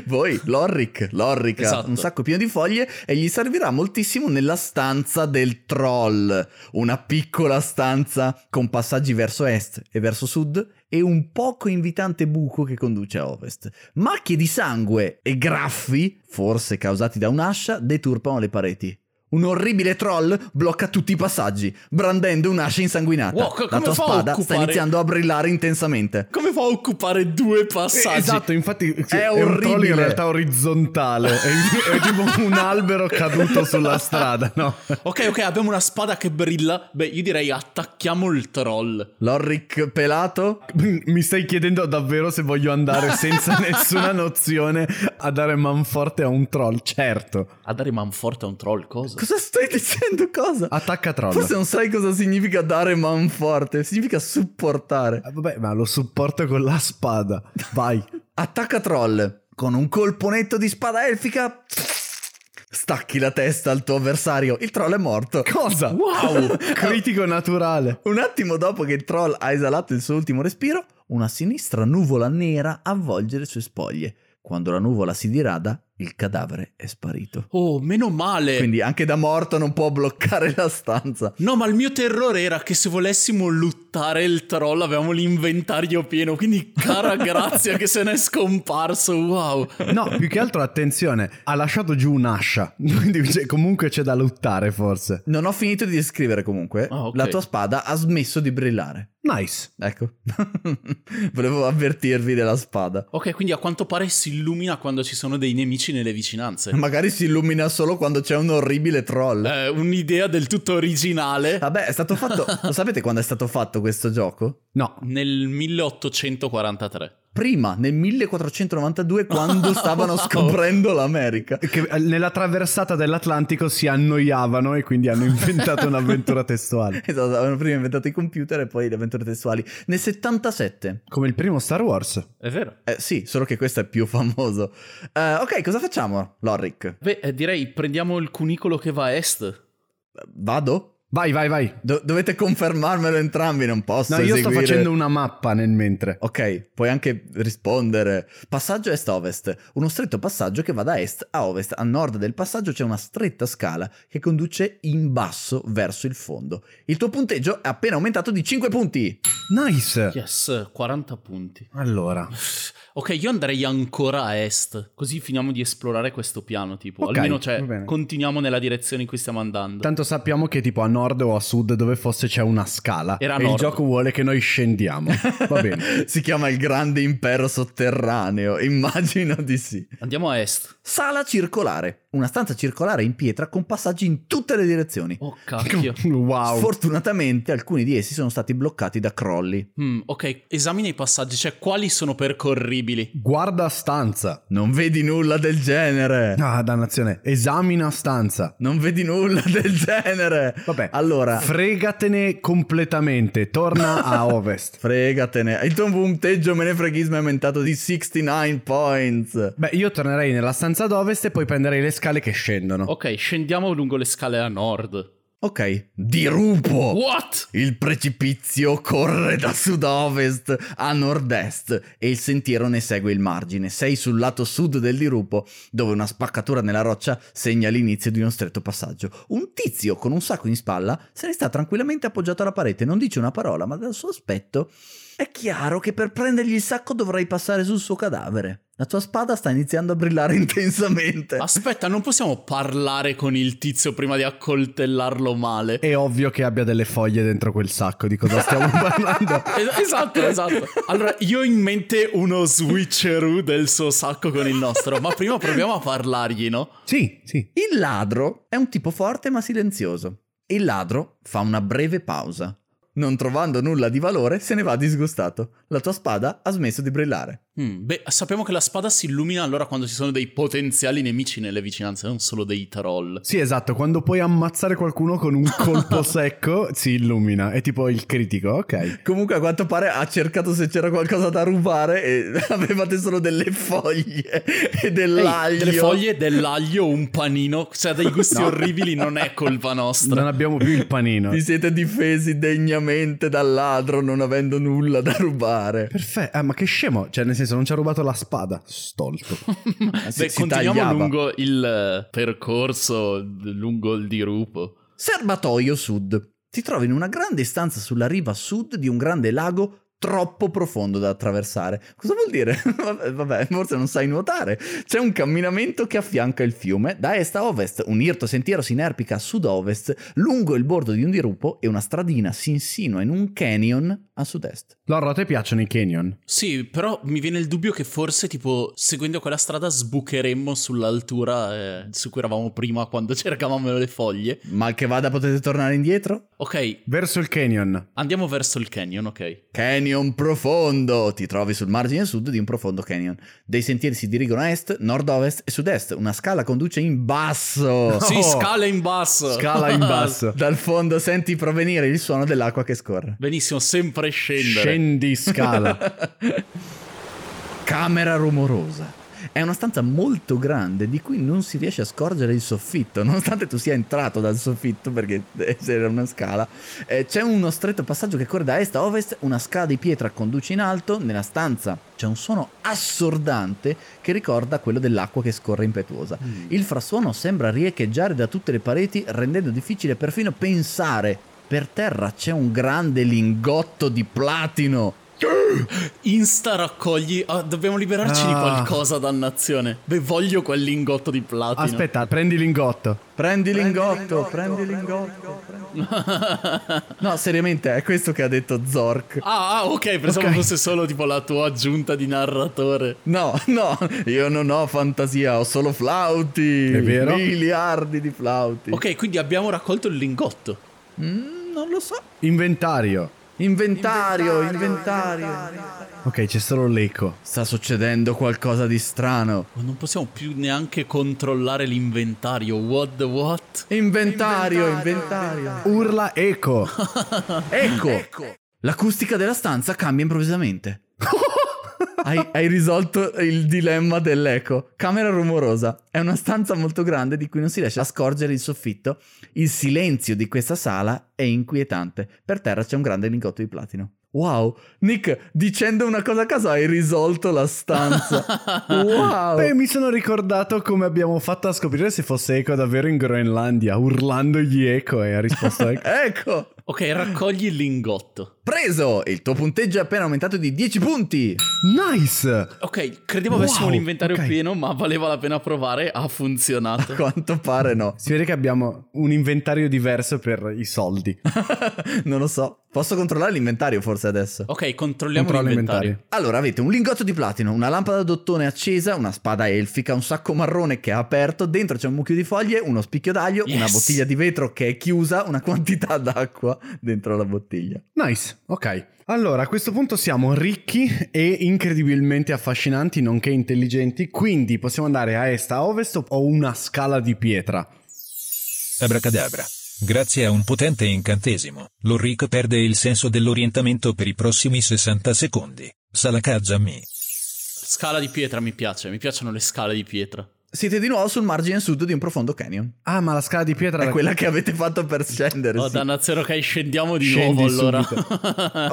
Voi, Lorric, Lorric ha
Esatto.
un sacco pieno di foglie e gli servirà moltissimo nella stanza del troll, una piccola stanza con passaggi verso est e verso sud e un poco invitante buco che conduce a ovest. Macchie di sangue e graffi, forse causati da un'ascia, deturpano le pareti. Un orribile troll blocca tutti i passaggi, brandendo un'ascia insanguinata.
Wow, co-
La
come
tua
fa a
spada sta
occupare-
iniziando a brillare intensamente.
Come fa a occupare due passaggi?
Esatto, infatti sì,
È
è, un troll
orribile.
in realtà orizzontale, è, è tipo un albero caduto sulla strada, no?
Ok, ok, abbiamo una spada che brilla. Beh, io direi attacchiamo il troll.
Lorric pelato
Mi stai chiedendo davvero se voglio andare senza nessuna nozione a dare manforte a un troll? Certo,
A dare manforte a un troll, cosa?
Cosa stai dicendo? Cosa?
attacca troll.
Forse non sai cosa significa dare man forte, significa supportare.
Eh, Vabbè, ma lo supporto con la spada. Vai.
Attacca troll con un colponetto di spada elfica. Stacchi la testa al tuo avversario, il troll è morto.
Cosa?
Wow!
Critico naturale.
Un attimo dopo che il troll ha esalato il suo ultimo respiro, una sinistra nuvola nera avvolge le sue spoglie. Quando la nuvola si dirada, il cadavere è sparito.
Oh, meno male.
Quindi anche da morto non può bloccare la stanza.
No, ma il mio terrore era che se volessimo luttare il troll avevamo l'inventario pieno, quindi cara grazia che se n'è scomparso, wow.
No, più che altro attenzione, ha lasciato giù un'ascia. Quindi cioè, comunque c'è da lottare forse.
Non ho finito di descrivere comunque.
Ah, ok.
La tua spada ha smesso di brillare.
Nice.
Ecco, volevo avvertirvi della spada.
Ok, quindi a quanto pare si illumina quando ci sono dei nemici nelle vicinanze.
Magari si illumina solo quando c'è un orribile troll.
Eh, un'idea del tutto originale.
Vabbè, è stato fatto. Lo sapete quando è stato fatto questo gioco?
No.
Nel 1843.
Prima, nel 1492, quando stavano
Wow.
scoprendo l'America.
Che eh, nella traversata dell'Atlantico si annoiavano e quindi hanno inventato un'avventura testuale.
Esatto, avevano prima inventato i computer e poi le avventure testuali. Nel 77.
Come il primo Star Wars.
È vero.
Eh, sì, solo che questo è più famoso. Eh, ok, cosa facciamo, Lorric?
Beh, eh, direi prendiamo il cunicolo che va a est.
Vado?
Vai, vai, vai.
Do- dovete confermarmelo entrambi, non posso.
No, io sto
eseguire-
facendo una mappa nel mentre.
Ok, puoi anche rispondere. Passaggio est-ovest. Uno stretto passaggio che va da est a ovest. A nord del passaggio c'è una stretta scala che conduce in basso verso il fondo. Il tuo punteggio è appena aumentato di 5 punti.
Nice.
Yes, 40 punti.
Allora.
Ok, io andrei ancora a est, così finiamo di esplorare questo piano, tipo.
Ok,
Almeno,
va
cioè,
bene.
continuiamo nella direzione in cui stiamo andando.
Tanto sappiamo che tipo a nord o a sud dove fosse c'è una scala.
Era a
e il
nord.
gioco vuole che noi scendiamo. Va bene.
si chiama il grande impero sotterraneo, immagino di sì.
Andiamo a est.
Sala circolare. Una stanza circolare in pietra con passaggi in tutte le direzioni.
Oh, cacchio.
Wow.
Sfortunatamente alcuni di essi sono stati bloccati da crolli.
Mm, ok, esamina i passaggi, cioè quali sono percorribili.
Guarda stanza.
Non vedi nulla del genere.
Ah, dannazione. Esamina stanza.
Non vedi nulla del genere.
Vabbè.
Allora,
Fregatene completamente. Torna a ovest.
fregatene. Il tuo punteggio me ne freghismo è aumentato di 69 points.
Beh, io tornerei nella stanza ad ovest e poi prenderei le scale che scendono.
Ok, scendiamo lungo le scale a nord.
Ok,
Oh.
dirupo.
What?
Il precipizio corre da sud-ovest a nord-est e il sentiero ne segue il margine. Sei sul lato sud del dirupo, dove una spaccatura nella roccia segna l'inizio di uno stretto passaggio. Un tizio con un sacco in spalla se ne sta tranquillamente appoggiato alla parete, non dice una parola, ma dal suo aspetto è chiaro che per prendergli il sacco dovrai passare sul suo cadavere. La tua spada sta iniziando a brillare
Eh.
intensamente.
Aspetta, non possiamo parlare con il tizio prima di accoltellarlo male.
È ovvio che abbia delle foglie dentro quel sacco. Di cosa stiamo parlando?
Es- esatto, esatto. Allora, io ho in mente uno switcheroo del suo sacco con il nostro, ma prima proviamo a parlargli, no?
Sì, sì.
Il ladro è un tipo forte ma silenzioso. Il ladro fa una breve pausa. Non trovando nulla di valore, se ne va disgustato. La tua spada ha smesso di brillare.
Mm, beh, sappiamo che la spada si illumina allora quando ci sono dei potenziali nemici nelle vicinanze, non solo dei troll.
Sì, esatto, quando puoi ammazzare qualcuno con un colpo secco si illumina, è tipo il critico, ok.
Comunque a quanto pare ha cercato se c'era qualcosa da rubare e avevate solo delle foglie e dell'aglio.
Ehi, delle foglie dell'aglio, un panino, cioè dei gusti
No.
orribili, non è colpa nostra.
Non abbiamo più il panino.
Vi siete difesi degnamente dal ladro non avendo nulla da rubare.
Perfetto, ah, ma che scemo, cioè nel senso non ci ha rubato la spada, stolto.
Si-
Beh,
si
continuiamo
tagliava.
lungo il eh, percorso, d- lungo il dirupo.
Serbatoio Sud. Ti trovi in una grande stanza sulla riva sud di un grande lago troppo profondo da attraversare. Cosa vuol dire? Vabbè, Vabbè, forse non sai nuotare. C'è un camminamento che affianca il fiume. Da est a ovest, un irto sentiero si inerpica a sud-ovest, lungo il bordo di un dirupo e una stradina si insinua in un canyon a sud-est.
Loro, a te piacciono i canyon?
Sì, però mi viene il dubbio che forse, tipo, seguendo quella strada sbucheremmo sull'altura eh, su cui eravamo prima quando cercavamo le foglie.
Mal che vada potete tornare indietro?
Ok,
Verso il canyon.
andiamo verso il canyon, ok.
Canyon profondo! Ti trovi sul margine sud di un profondo canyon. Dei sentieri si dirigono a est, nord-ovest e sud-est. Una scala conduce in basso.
Sì,
Oh.
scala in basso.
Scala in basso.
Dal fondo senti provenire il suono dell'acqua che scorre.
Benissimo, sempre scendere.
Scendi scala.
Camera rumorosa. È una stanza molto grande di cui non si riesce a scorgere il soffitto, nonostante tu sia entrato dal soffitto perché eh, c'era una scala. Eh, c'è uno stretto passaggio che corre da est a ovest, una scala di pietra conduce in alto, nella stanza c'è un suono assordante che ricorda quello dell'acqua che scorre impetuosa. Il frastuono sembra riecheggiare da tutte le pareti, rendendo difficile perfino pensare. Per terra c'è un grande lingotto di platino.
Insta raccogli. Ah, dobbiamo liberarci di
Ah.
qualcosa, dannazione. Beh, voglio quel lingotto di platino.
Aspetta, prendi l'ingotto.
Prendi lingotto, prendi lingotto. No, seriamente, è questo che ha detto Zork.
Ah, ah, ok, pensavo
Ok.
fosse solo tipo la tua aggiunta di narratore.
No, no, io non ho fantasia, ho solo flauti.
È vero?
Miliardi di flauti.
Ok, quindi abbiamo raccolto il lingotto.
Mm, non lo so.
Inventario.
Inventario, inventario,
Ok, c'è solo l'eco.
Sta succedendo qualcosa di strano.
Ma Oh, Non possiamo più neanche controllare l'inventario. What the what?
Inventario, inventario.
Urla eco.
Ecco, l'acustica della stanza cambia improvvisamente. Hai, hai risolto il dilemma dell'eco. Camera rumorosa. È una stanza molto grande di cui non si riesce a scorgere il soffitto. Il silenzio di questa sala è inquietante. Per terra c'è un grande lingotto di platino. Wow, Nick, dicendo una cosa a caso hai risolto la stanza. Wow.
Beh, mi sono ricordato come abbiamo fatto a scoprire se fosse eco davvero in Groenlandia, urlandogli eco e ha risposto eco.
Ecco,
Ok, raccogli il lingotto.
preso! Il tuo punteggio è appena aumentato di 10 punti.
Nice!
Ok, credevo
Wow,
avessimo un inventario
ok.
pieno, ma valeva la pena provare. Ha
A
funzionato.
quanto pare no.
Si vede che abbiamo un inventario diverso per i soldi.
non lo so. Posso controllare l'inventario forse adesso?
Ok, controlliamo
Controllo
l'inventario.
inventario.
Allora avete un lingotto di platino, una lampada d'ottone accesa, una spada elfica, un sacco marrone che è aperto, dentro c'è un mucchio di foglie, uno spicchio d'aglio,
Yes.
una bottiglia di vetro che è chiusa, una quantità d'acqua dentro la bottiglia.
Nice, ok. Allora, a questo punto siamo ricchi e incredibilmente affascinanti, nonché intelligenti, quindi possiamo andare a est, a ovest o una scala di pietra.
Abracadabra. Grazie a un potente incantesimo, Lorrico perde il senso dell'orientamento per i prossimi 60 secondi. Salakazami.
Scala di pietra mi piace, mi piacciono le scale di pietra.
Siete di nuovo sul margine sud di un profondo canyon.
Ah, ma la scala di pietra
È
la-
quella che avete fatto per scendere.
Oh,
sì.
dannazione, ok, scendiamo di
Scendi
nuovo allora.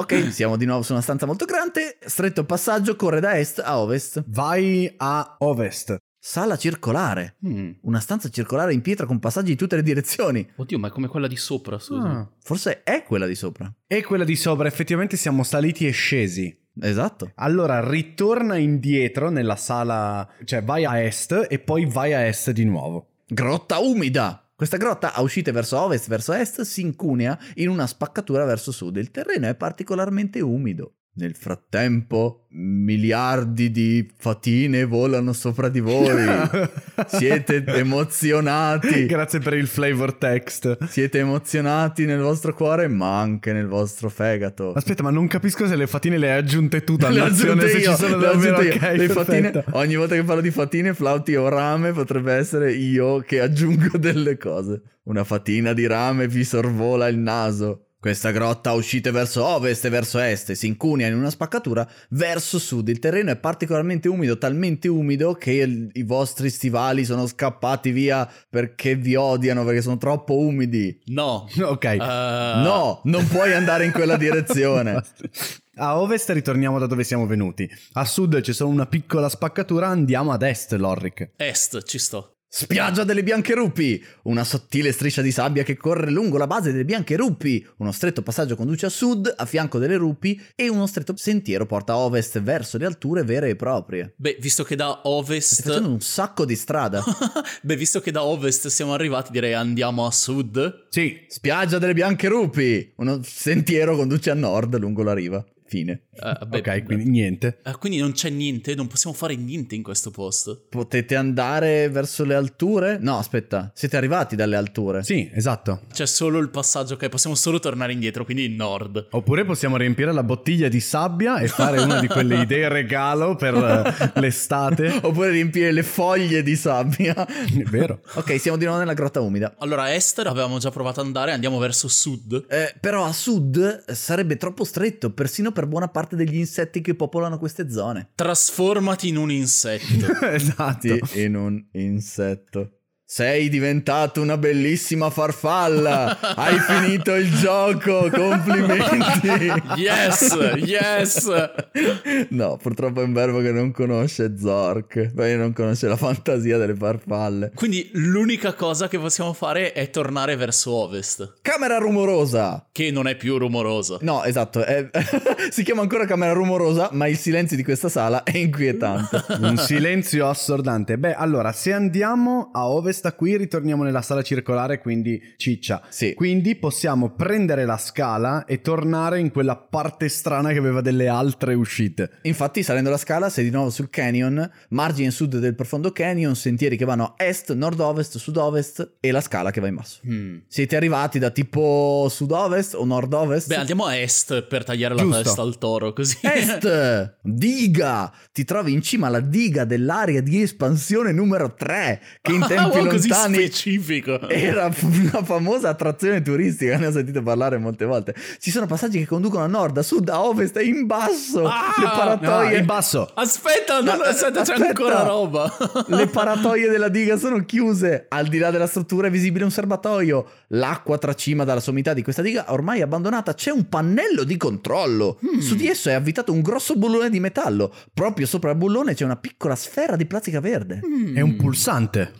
Ok, siamo di nuovo su una stanza molto grande, stretto passaggio corre da est a ovest.
Vai a ovest.
Sala circolare,
Hmm.
una stanza circolare in pietra con passaggi in tutte le direzioni.
Oddio, ma è come quella di sopra, scusa.
Ah.
Forse è quella di sopra.
E quella di sopra, effettivamente siamo saliti e scesi.
Esatto.
Allora, ritorna indietro nella sala, cioè vai a est e poi vai a est di nuovo.
Grotta umida. Questa grotta a uscite verso ovest, verso est, si incunea in una spaccatura verso sud. Il terreno è particolarmente umido. Nel frattempo, miliardi di fatine volano sopra di voi. Siete emozionati.
Grazie per il flavor text.
Siete emozionati nel vostro cuore, ma anche nel vostro fegato.
Aspetta, ma non capisco se le fatine le hai aggiunte tu
Le ho
dall'azione,
aggiunte
se ci
io, le
sono
ho
davvero
aggiunte io.
ok,
Le
perfetto.
fatine- ogni volta che parlo di fatine, flauti o rame potrebbe essere io che aggiungo delle cose. Una fatina di rame vi sorvola il naso. Questa grotta uscite verso ovest e verso est, si incunia in una spaccatura verso sud. Il terreno è particolarmente umido, talmente umido che il- i vostri stivali sono scappati via perché vi odiano, perché sono troppo umidi.
No.
Ah.
Eh,
Ok.
No, non puoi andare in quella direzione.
A ovest ritorniamo da dove siamo venuti. A sud c'è solo una piccola spaccatura, andiamo ad est, Lorric.
Est, ci sto.
Spiaggia delle bianche rupi! Una sottile striscia di sabbia che corre lungo la base delle bianche rupi. Uno stretto passaggio conduce a sud, a fianco delle rupi, e uno stretto sentiero porta a ovest verso le alture vere e proprie.
Beh, visto che da
Stai facendo
ovest...
un sacco di strada.
Beh, visto che da ovest siamo arrivati, direi andiamo a sud.
Sì.
Spiaggia delle bianche rupi! Uno sentiero conduce a nord lungo la riva. Fine.
Eh, beh,
ok, quindi niente.
eh, quindi non c'è niente, non possiamo fare niente in questo posto.
Potete andare verso le alture? No, aspetta, siete arrivati dalle alture.
Sì, esatto.
C'è solo il passaggio, ok? Possiamo solo tornare indietro, quindi nord.
Oppure possiamo riempire la bottiglia di sabbia e fare una di quelle idee regalo per eh, l'estate.
Oppure riempire le foglie di sabbia.
È vero.
ok, siamo di nuovo nella grotta umida.
Allora, a est avevamo già provato ad andare, andiamo verso sud.
Eh, però a sud eh, sarebbe troppo stretto, persino per buona parte degli insetti che popolano queste zone.
Trasformati in un insetto.
esatto.
in un insetto. Sei diventato una bellissima farfalla. Hai finito il gioco. Complimenti.
Yes, yes.
No, purtroppo è un verbo che non conosce Zork. Beh, non conosce la fantasia delle farfalle.
Quindi l'unica cosa che possiamo fare è tornare verso ovest,
Camera rumorosa.
che non è più rumorosa.
No, esatto. è- si chiama ancora camera rumorosa, ma il silenzio di questa sala è inquietante.
Un silenzio assordante. Beh, allora, se andiamo a ovest da qui, ritorniamo nella sala circolare, quindi ciccia.
Sì.
Quindi possiamo prendere la scala e tornare in quella parte strana che aveva delle altre uscite.
Infatti, salendo la scala, sei di nuovo sul canyon, margine sud del profondo canyon, sentieri che vanno a est, nord-ovest, sud-ovest e la scala che va in basso.
Hmm.
Siete arrivati da tipo sud-ovest o nord-ovest?
Beh, andiamo a est per tagliare la
Giusto.
testa al toro, così.
Est! Diga! Ti trovi in cima alla diga dell'area di espansione numero 3, che in tempi
Ah, Wow, così
lontani Eh,
specifico.
Era f- una famosa attrazione turistica, ne ho sentito parlare molte volte. Ci sono passaggi che conducono a nord, a sud, a ovest e in basso.
Ah,
le
No,
paratoie.
in basso.
Aspetta, non,
No,
aspetta, c'è
aspetta.
ancora roba.
Le paratoie della diga sono chiuse. Al di là della struttura è visibile un serbatoio. L'acqua tracima dalla sommità di questa diga, ormai abbandonata, c'è un pannello di controllo.
Hmm.
Su di esso è avvitato un grosso bullone di metallo. Proprio sopra il bullone c'è una piccola sfera di plastica verde.
Hmm.
È un pulsante.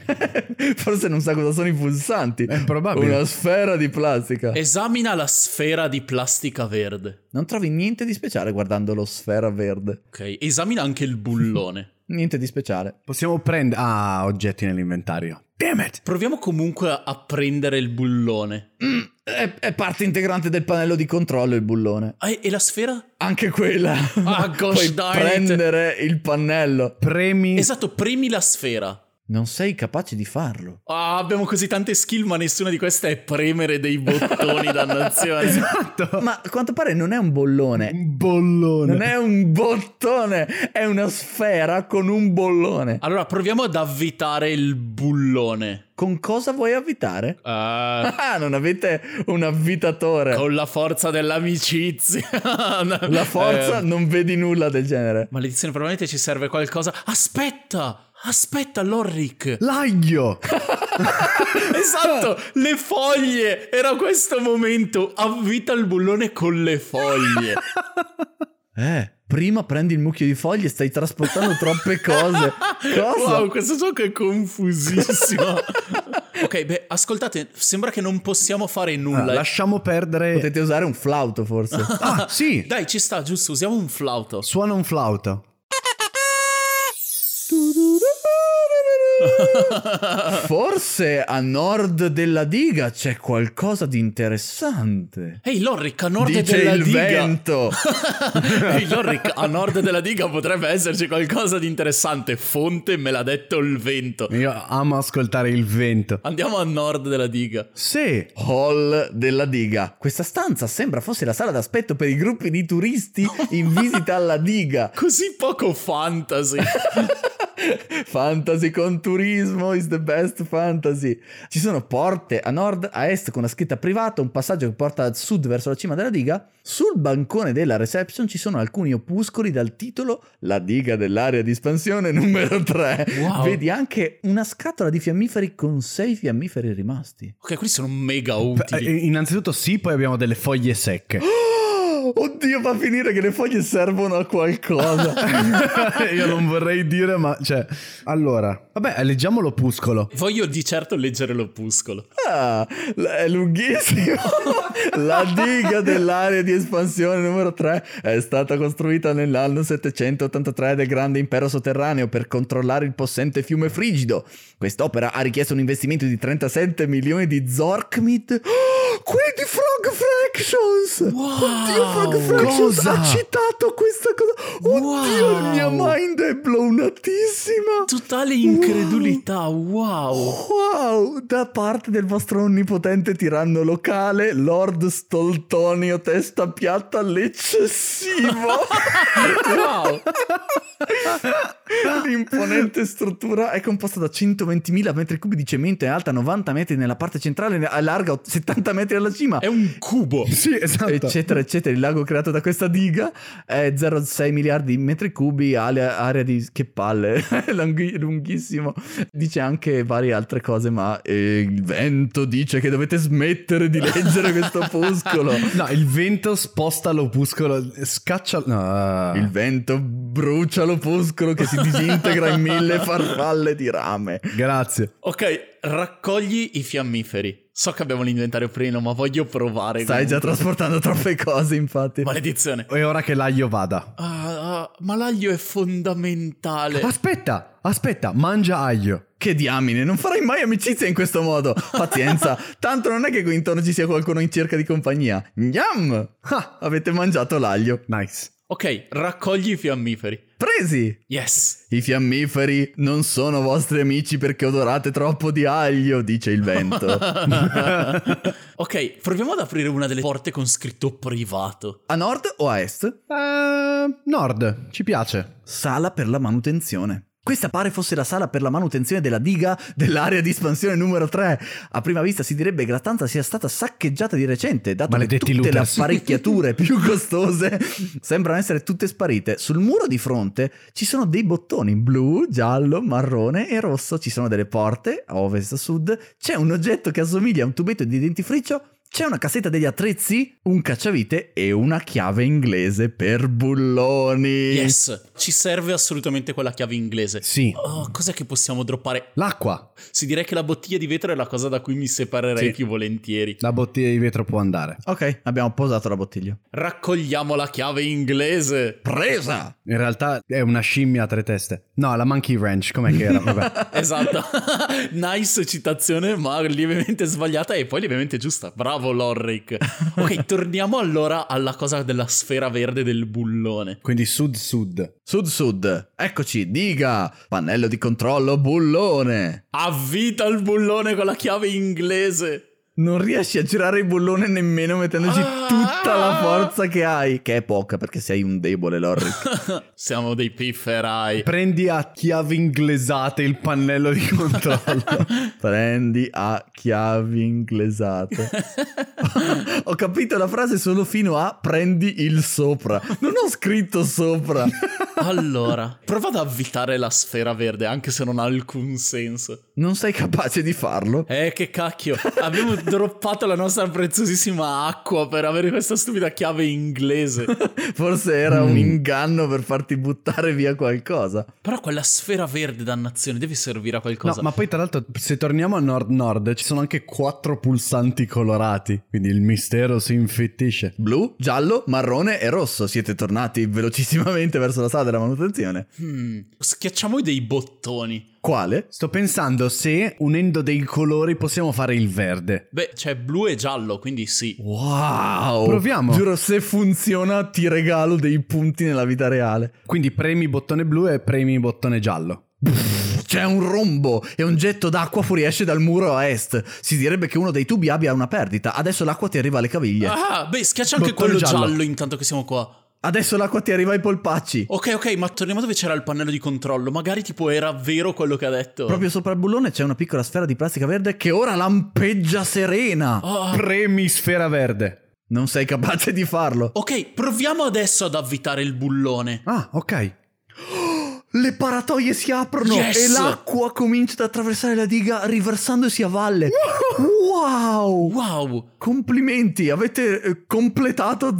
Forse non sa cosa sono i pulsanti.
Eh,
È probabile.
Una sfera di plastica.
Esamina la sfera di plastica verde.
Non trovi niente di speciale guardando lo sfera verde.
Ok, esamina anche il bullone.
Niente di speciale.
Possiamo prendere... Ah, oggetti nell'inventario. Damn it!
Proviamo comunque a prendere il bullone.
Mm, è- è parte integrante del pannello di controllo il bullone.
Ah, e- e la sfera?
Anche quella.
Ah, gosh
Puoi
darn it.
prendere il pannello.
Premi...
Esatto, premi la sfera.
Non sei capace di farlo.
Ah, abbiamo così tante skill, ma nessuna di queste è premere dei bottoni, dannazione. Ah.
Esatto.
Ma a quanto pare non è un bollone.
Un bollone.
Non è un bottone, è una sfera con un bollone.
Allora, proviamo ad avvitare il bullone.
Con cosa vuoi avvitare?
Ah,
Ah, non avete un avvitatore.
con la forza dell'amicizia.
La forza,
Eh,
non vedi nulla del genere.
maledizione, probabilmente ci serve qualcosa. Aspetta! Aspetta, Lorric!
L'aglio!
Esatto! Le foglie! Era questo momento! Avvita il bullone con le foglie!
Eh, prima prendi il mucchio di foglie, stai trasportando troppe cose. Cosa?
Wow, questo gioco è confusissimo. ok, beh, ascoltate, sembra che non possiamo fare nulla.
Ah, Lasciamo perdere...
Potete usare un flauto forse.
Ah, sì!
Dai, ci sta, giusto, usiamo un flauto.
Suona un flauto.
Forse a nord della diga c'è qualcosa di interessante.
Ehi, Lorric, a nord
Dice
della
il
diga.
vento.
Ehi, Lorric, a nord della diga potrebbe esserci qualcosa di interessante. Fonte me l'ha detto il vento.
Io amo ascoltare il vento.
Andiamo a nord della diga.
Sì,
Hall della diga. Questa stanza sembra fosse la sala d'aspetto per i gruppi di turisti in visita alla diga.
Così poco fantasy.
Fantasy con turismo is the best fantasy. Ci sono porte a nord, a est con una scritta privata, un passaggio che porta a sud verso la cima della diga. Sul bancone della reception ci sono alcuni opuscoli dal titolo La diga dell'area di espansione numero 3.
Wow.
Vedi anche una scatola di fiammiferi con 6 fiammiferi rimasti.
ok, questi sono mega utili.
Eh, innanzitutto sì, poi abbiamo delle foglie secche.
Oh, Oddio, va a finire che le foglie servono a qualcosa.
Io non vorrei dire, ma cioè... Allora, vabbè, leggiamo l'opuscolo.
Voglio di certo leggere l'opuscolo.
Ah, è lunghissimo. La diga dell'area di espansione numero 3 è stata costruita nell'anno 783 del grande impero sotterraneo per controllare il possente fiume Frigido. Quest'opera ha richiesto un investimento di 37 milioni di Zorkmit. Oh, Quelli di Frog Fractions!
Wow!
Oddio, Frog Fractions
Cosa?
ha citato questa cosa. Oddio,
Wow!
la mia mind è blownatissima.
Totale incredulità, wow.
Wow, da parte del vostro onnipotente tiranno locale, Lord Stoltonio testa piatta l'eccessivo.
Wow.
L'imponente struttura è composta da 120.000 metri cubi di cemento e alta 90 metri nella parte centrale e larga 70 metri alla cima.
È un cubo.
Sì, esatto.
Eccetera, eccetera. Il lago creato da questa diga è 0,6 miliardi di metri cubi, alea- area di... che palle, è lunghi- lunghissimo. Dice anche varie altre cose, ma eh, il vento dice che dovete smettere di leggere questo opuscolo.
No, il vento sposta l'opuscolo, scaccia... No. ah,
Il vento brucia l'opuscolo che si disintegra in mille farfalle di rame.
Grazie.
Ok, raccogli i fiammiferi. So che abbiamo l'inventario pieno, ma voglio provare.
Stai già
comunque.
trasportando troppe cose, infatti.
Maledizione.
E ora che l'aglio vada.
Ah, ah, ma l'aglio è fondamentale.
Aspetta, aspetta, mangia aglio.
Eh. Che diamine, non farai mai amicizia in questo modo. Pazienza, tanto non è che qui intorno ci sia qualcuno in cerca di compagnia. Gnam! Ah, avete mangiato l'aglio.
Nice.
Ok, raccogli i fiammiferi.
Presi!
Yes.
I fiammiferi non sono vostri amici perché odorate troppo di aglio, dice il vento.
ok, proviamo ad aprire una delle porte con scritto privato.
A nord o a est?
Eh, nord, ci piace.
Sala per la manutenzione. Questa pare fosse la sala per la manutenzione della diga dell'area di espansione numero 3. A prima vista si direbbe che la stanza sia stata saccheggiata di recente, dato
Maledetti
che tutte le
looters.
apparecchiature più costose sembrano essere tutte sparite. Sul muro di fronte ci sono dei bottoni blu, giallo, marrone e rosso. Ci sono delle porte a ovest e a sud. C'è un oggetto che assomiglia a un tubetto di dentifricio. C'è una cassetta degli attrezzi, un cacciavite e una chiave inglese per bulloni.
Yes. Ci serve assolutamente quella chiave inglese.
Sì.
Oh, cos'è che possiamo droppare?
L'acqua.
Si direi che la bottiglia di vetro è la cosa da cui mi separerei
Sì.
più volentieri.
La bottiglia di vetro può andare.
Ok, abbiamo posato la bottiglia.
Raccogliamo la chiave inglese.
Presa!
In realtà è una scimmia a tre teste. No, la Monkey Ranch, com'è che era? Vabbè.
Esatto. nice citazione, ma lievemente sbagliata e poi lievemente giusta. Bravo Lorric. Ok, torniamo allora alla cosa della sfera verde del bullone.
Quindi sud-sud.
Sud-sud, eccoci, diga! Pannello di controllo, bullone!
Avvita il bullone con la chiave inglese.
Non riesci a girare il bullone nemmeno mettendoci
Ah!
tutta la forza che hai, che è poca perché sei un debole, Lorric.
Siamo dei pifferai.
Prendi a chiave inglesate il pannello di controllo.
Prendi a chiavi inglesate. ho capito la frase solo fino a prendi il sopra. Non ho scritto sopra.
Allora, prova ad avvitare la sfera verde, anche se non ha alcun senso.
Non sei capace di farlo?
Eh, che cacchio. Abbiamo droppato la nostra preziosissima acqua per avere questa stupida chiave inglese.
Forse era un inganno per farti buttare via qualcosa.
Però quella sfera verde, dannazione, deve servire a
No,
qualcosa.
ma poi tra l'altro se torniamo a nord-nord ci sono anche quattro pulsanti colorati. Quindi il mistero si infittisce.
Blu, giallo, marrone e rosso. Siete tornati velocissimamente verso la sala della manutenzione.
Hmm, schiacciamo dei bottoni.
Quale?
Sto pensando se unendo dei colori possiamo fare il verde.
Beh, c'è blu e giallo, quindi sì.
Wow!
Proviamo.
Giuro, se funziona ti regalo dei punti nella vita reale.
Quindi premi bottone blu e premi bottone giallo.
C'è un rombo e un getto d'acqua fuoriesce dal muro a est. Si direbbe che uno dei tubi abbia una perdita. Adesso l'acqua ti arriva alle caviglie.
Ah, beh, schiaccia anche
Bottone
quello giallo.
giallo.
intanto che siamo qua.
Adesso l'acqua ti arriva ai polpacci.
Ok, ok, ma torniamo dove c'era il pannello di controllo. Magari tipo era vero quello che ha
Certo.
detto.
Proprio sopra il bullone c'è una piccola sfera di plastica verde che ora lampeggia serena.
Ah,
Premi sfera verde.
Non sei capace di farlo.
ok, proviamo adesso ad avvitare il bullone.
Ah, ok.
Le paratoie si aprono
Yes!
e l'acqua comincia ad attraversare la diga riversandosi a valle. Wow!
Wow!
Complimenti, avete eh, completato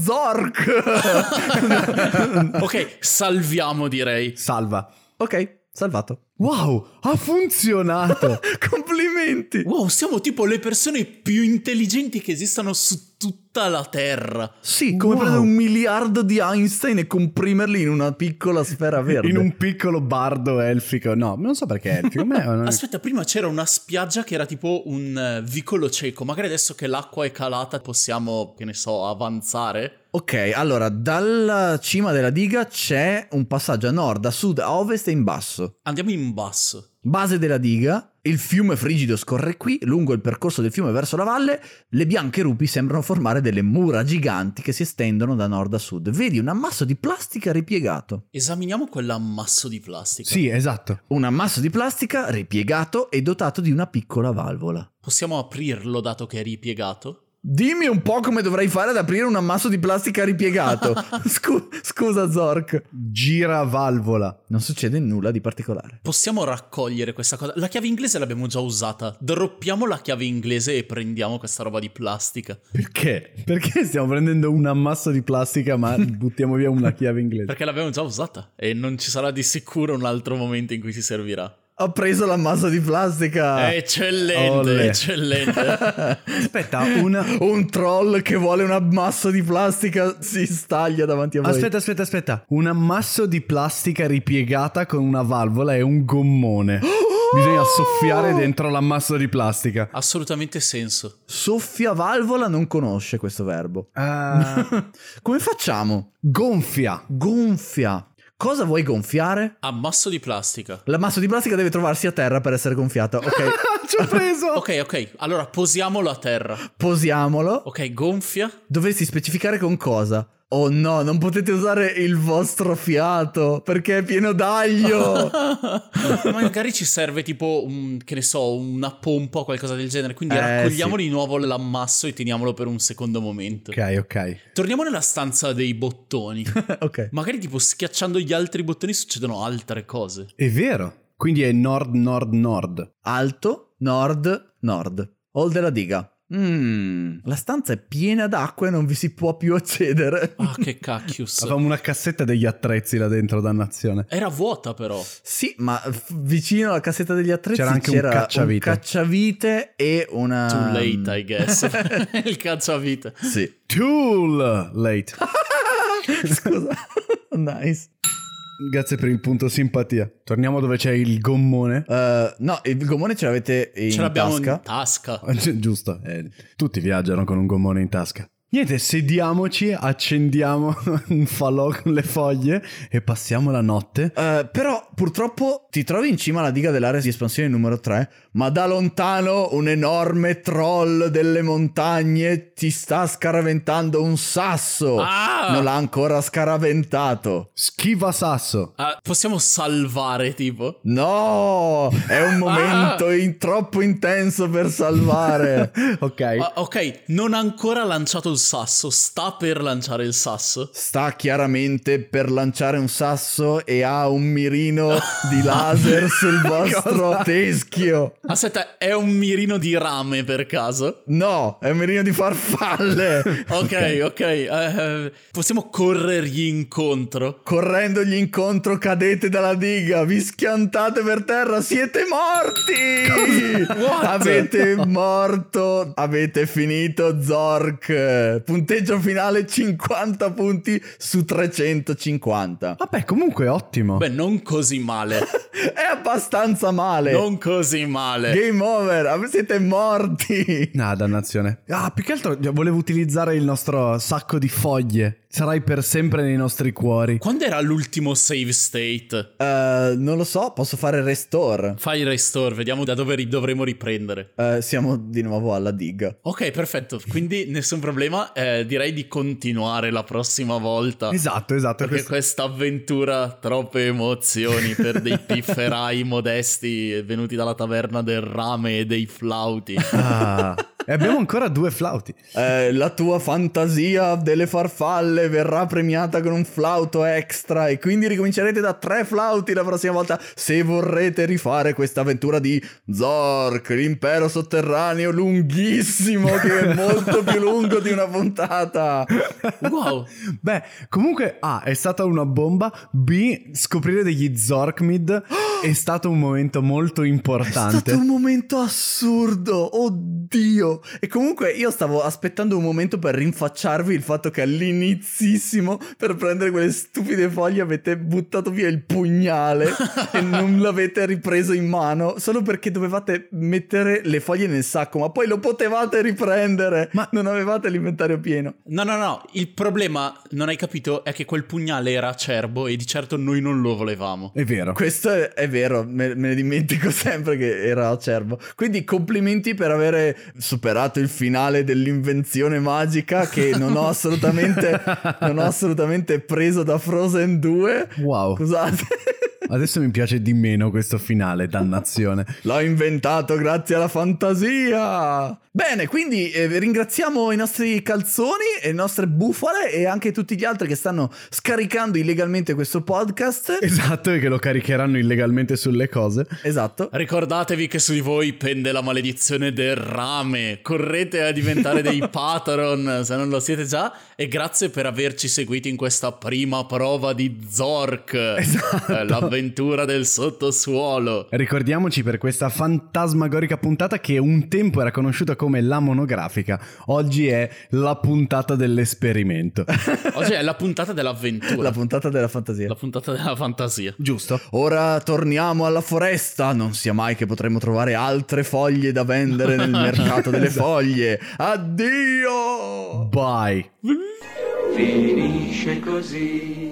Zork!
Ok, salviamo direi.
Salva.
ok, salvato.
Wow, ha funzionato.
Complimenti!
Wow, siamo tipo le persone più intelligenti che esistano su tutta la Terra.
Sì, come
Wow.
prendere un miliardo di Einstein e comprimerli in una piccola sfera verde.
In un piccolo bardo elfico. No, non so perché elfico. ma è una-
Aspetta, prima c'era una spiaggia che era tipo un eh, vicolo cieco. Magari adesso che l'acqua è calata possiamo, che ne so, avanzare.
Ok, allora, dalla cima della diga c'è un passaggio a nord, a sud, a ovest e in basso.
Andiamo in basso.
Base della diga, il fiume frigido scorre qui, lungo il percorso del fiume verso la valle, le bianche rupi sembrano formare delle mura giganti che si estendono da nord a sud. Vedi un ammasso di plastica ripiegato.
Esaminiamo quell'ammasso di plastica.
Sì, esatto.
Un ammasso di plastica ripiegato e dotato di una piccola valvola.
Possiamo aprirlo dato che è ripiegato?
Dimmi un po' come dovrei fare ad aprire un ammasso di plastica ripiegato. Scu- scusa Zork.
Gira valvola.
Non succede nulla di particolare.
Possiamo raccogliere questa cosa. La chiave inglese l'abbiamo già usata. Droppiamo la chiave inglese e prendiamo questa roba di plastica.
Perché? Perché stiamo prendendo un ammasso di plastica ma buttiamo via una chiave inglese?
Perché l'abbiamo già usata e non ci sarà di sicuro un altro momento in cui si servirà.
Ho preso l'ammasso di plastica.
Eh, Eccellente,
Olè.
eccellente.
Eh, Aspetta, una...
Un troll che vuole un ammasso di plastica si staglia davanti a voi.
Aspetta, aspetta, aspetta. Un ammasso di plastica ripiegata con una valvola e un gommone. Bisogna soffiare dentro l'ammasso di plastica.
Assolutamente senso.
Soffia valvola non conosce questo verbo. Come facciamo?
gonfia.
Gonfia. Cosa vuoi gonfiare?
Ammasso di plastica.
L'ammasso di plastica deve trovarsi a terra per essere gonfiata. Ok,
Ci ho preso.
Ok, ok, allora posiamolo a terra.
posiamolo.
Ok, gonfia.
Dovresti specificare con cosa. Oh no, non potete usare il vostro fiato perché è pieno d'aglio.
Magari ci serve tipo, un, che ne so, una pompa o qualcosa del genere. Quindi
Eh,
raccogliamo di nuovo l'ammasso e teniamolo per un secondo momento.
Ok, ok.
Torniamo nella stanza dei bottoni.
ok.
Magari tipo schiacciando gli altri bottoni succedono altre cose.
È vero. Quindi è nord, nord, nord.
Alto, nord, nord. Hall della diga. Mm, la stanza è piena d'acqua e non vi si può più accedere.
Ah, che cacchius.
Avevamo una cassetta degli attrezzi là dentro, dannazione.
Era vuota però.
Sì, ma f- vicino alla cassetta degli attrezzi
C'era
c'era
anche un cacciavite.
cacciavite e una...
Too late, I guess. Il cacciavite.
Sì.
Tool late.
Scusa. nice.
Grazie per il punto simpatia. Torniamo dove c'è il gommone.
Eh, no, il gommone ce l'avete in
Ce l'abbiamo
tasca.
in tasca.
Ah, gi- Giusto, eh, tutti viaggiano con un gommone in tasca. Niente, sediamoci, accendiamo un falò con le foglie e passiamo la notte.
Eh, però purtroppo ti trovi in cima alla diga dell'area di espansione numero 3, ma da lontano un enorme troll delle montagne ti sta scaraventando un sasso.
Ah!
Non l'ha ancora scaraventato.
Schiva sasso.
Ah, possiamo salvare tipo.
No, è un momento in- troppo intenso per salvare.
ok.
Ah, ok, non ha ancora lanciato il sasso. Sta per lanciare il sasso.
Sta chiaramente per lanciare un sasso e ha un mirino di laser sul vostro teschio.
Aspetta, è un mirino di rame per caso.
No, è un mirino di farfalle.
Ok, ok. eh, possiamo corrergli incontro.
Correndogli incontro cadete dalla diga, vi schiantate per terra, siete morti!
What?
Avete morto, avete finito Zork. Punteggio finale 50 punti su 350.
Vabbè, comunque ottimo.
Beh, non così male.
È abbastanza male.
Non così male.
Game over, siete morti.
No, dannazione. Ah, più che altro volevo utilizzare il nostro sacco di foglie. Sarai per sempre nei nostri cuori.
Quando era l'ultimo save state?
Eh, non lo so, posso fare restore.
Fai il restore, vediamo da dove ri- dovremo riprendere.
Eh, siamo di nuovo alla diga.
Ok, perfetto. Quindi nessun problema. eh, direi di continuare la prossima volta.
Esatto, esatto.
Perché
questo-
questa avventura, troppe emozioni per dei pifferai modesti venuti dalla taverna del rame e dei flauti.
Ah, e abbiamo ancora due flauti.
Eh, la tua fantasia delle farfalle verrà premiata con un flauto extra e quindi ricomincerete da tre flauti la prossima volta se vorrete rifare questa avventura di Zork, l'impero sotterraneo lunghissimo che è molto più lungo di una puntata.
Wow,
Beh, comunque A è stata una bomba, B scoprire degli Zorkmid è stato un momento molto
È stato un
importante.
momento assurdo, oddio. E comunque io stavo aspettando un momento per rinfacciarvi il fatto che all'inizissimo, per prendere quelle stupide foglie, avete buttato via il pugnale e non l'avete ripreso in mano, solo perché dovevate mettere le foglie nel sacco, ma poi lo potevate riprendere, ma
Ma-
non avevate l'inventario pieno.
No, no, no, il problema, non hai capito, è che quel pugnale era acerbo e di certo noi non lo volevamo.
È vero.
Questo è, è vero, me, me ne dimentico sempre che era acerbo. Quindi complimenti per avere superato il finale dell'invenzione magica che non ho assolutamente, non ho assolutamente preso da Frozen 2.
Wow.
Scusate.
Adesso mi piace di meno questo finale, dannazione.
L'ho inventato grazie alla fantasia. Bene, quindi eh, ringraziamo i nostri calzoni, e le nostre bufale e anche tutti gli altri che stanno scaricando illegalmente questo podcast.
Esatto, e che lo caricheranno illegalmente sulle cose.
Esatto.
Ricordatevi che su di voi pende la maledizione del rame. Correte a diventare dei patron se non lo siete già. E grazie per averci seguiti in questa prima prova di Zork, Eh, l'avventura del sottosuolo.
Ricordiamoci per questa fantasmagorica puntata che un tempo era conosciuta come la monografica, oggi è la puntata dell'esperimento.
Oggi è la puntata dell'avventura,
La
la,
puntata della fantasia.
puntata della fantasia.
Giusto?
Ora torniamo alla foresta, non sia mai che potremo trovare altre foglie da vendere nel mercato delle foglie. Addio!
Bye.
Finisce così.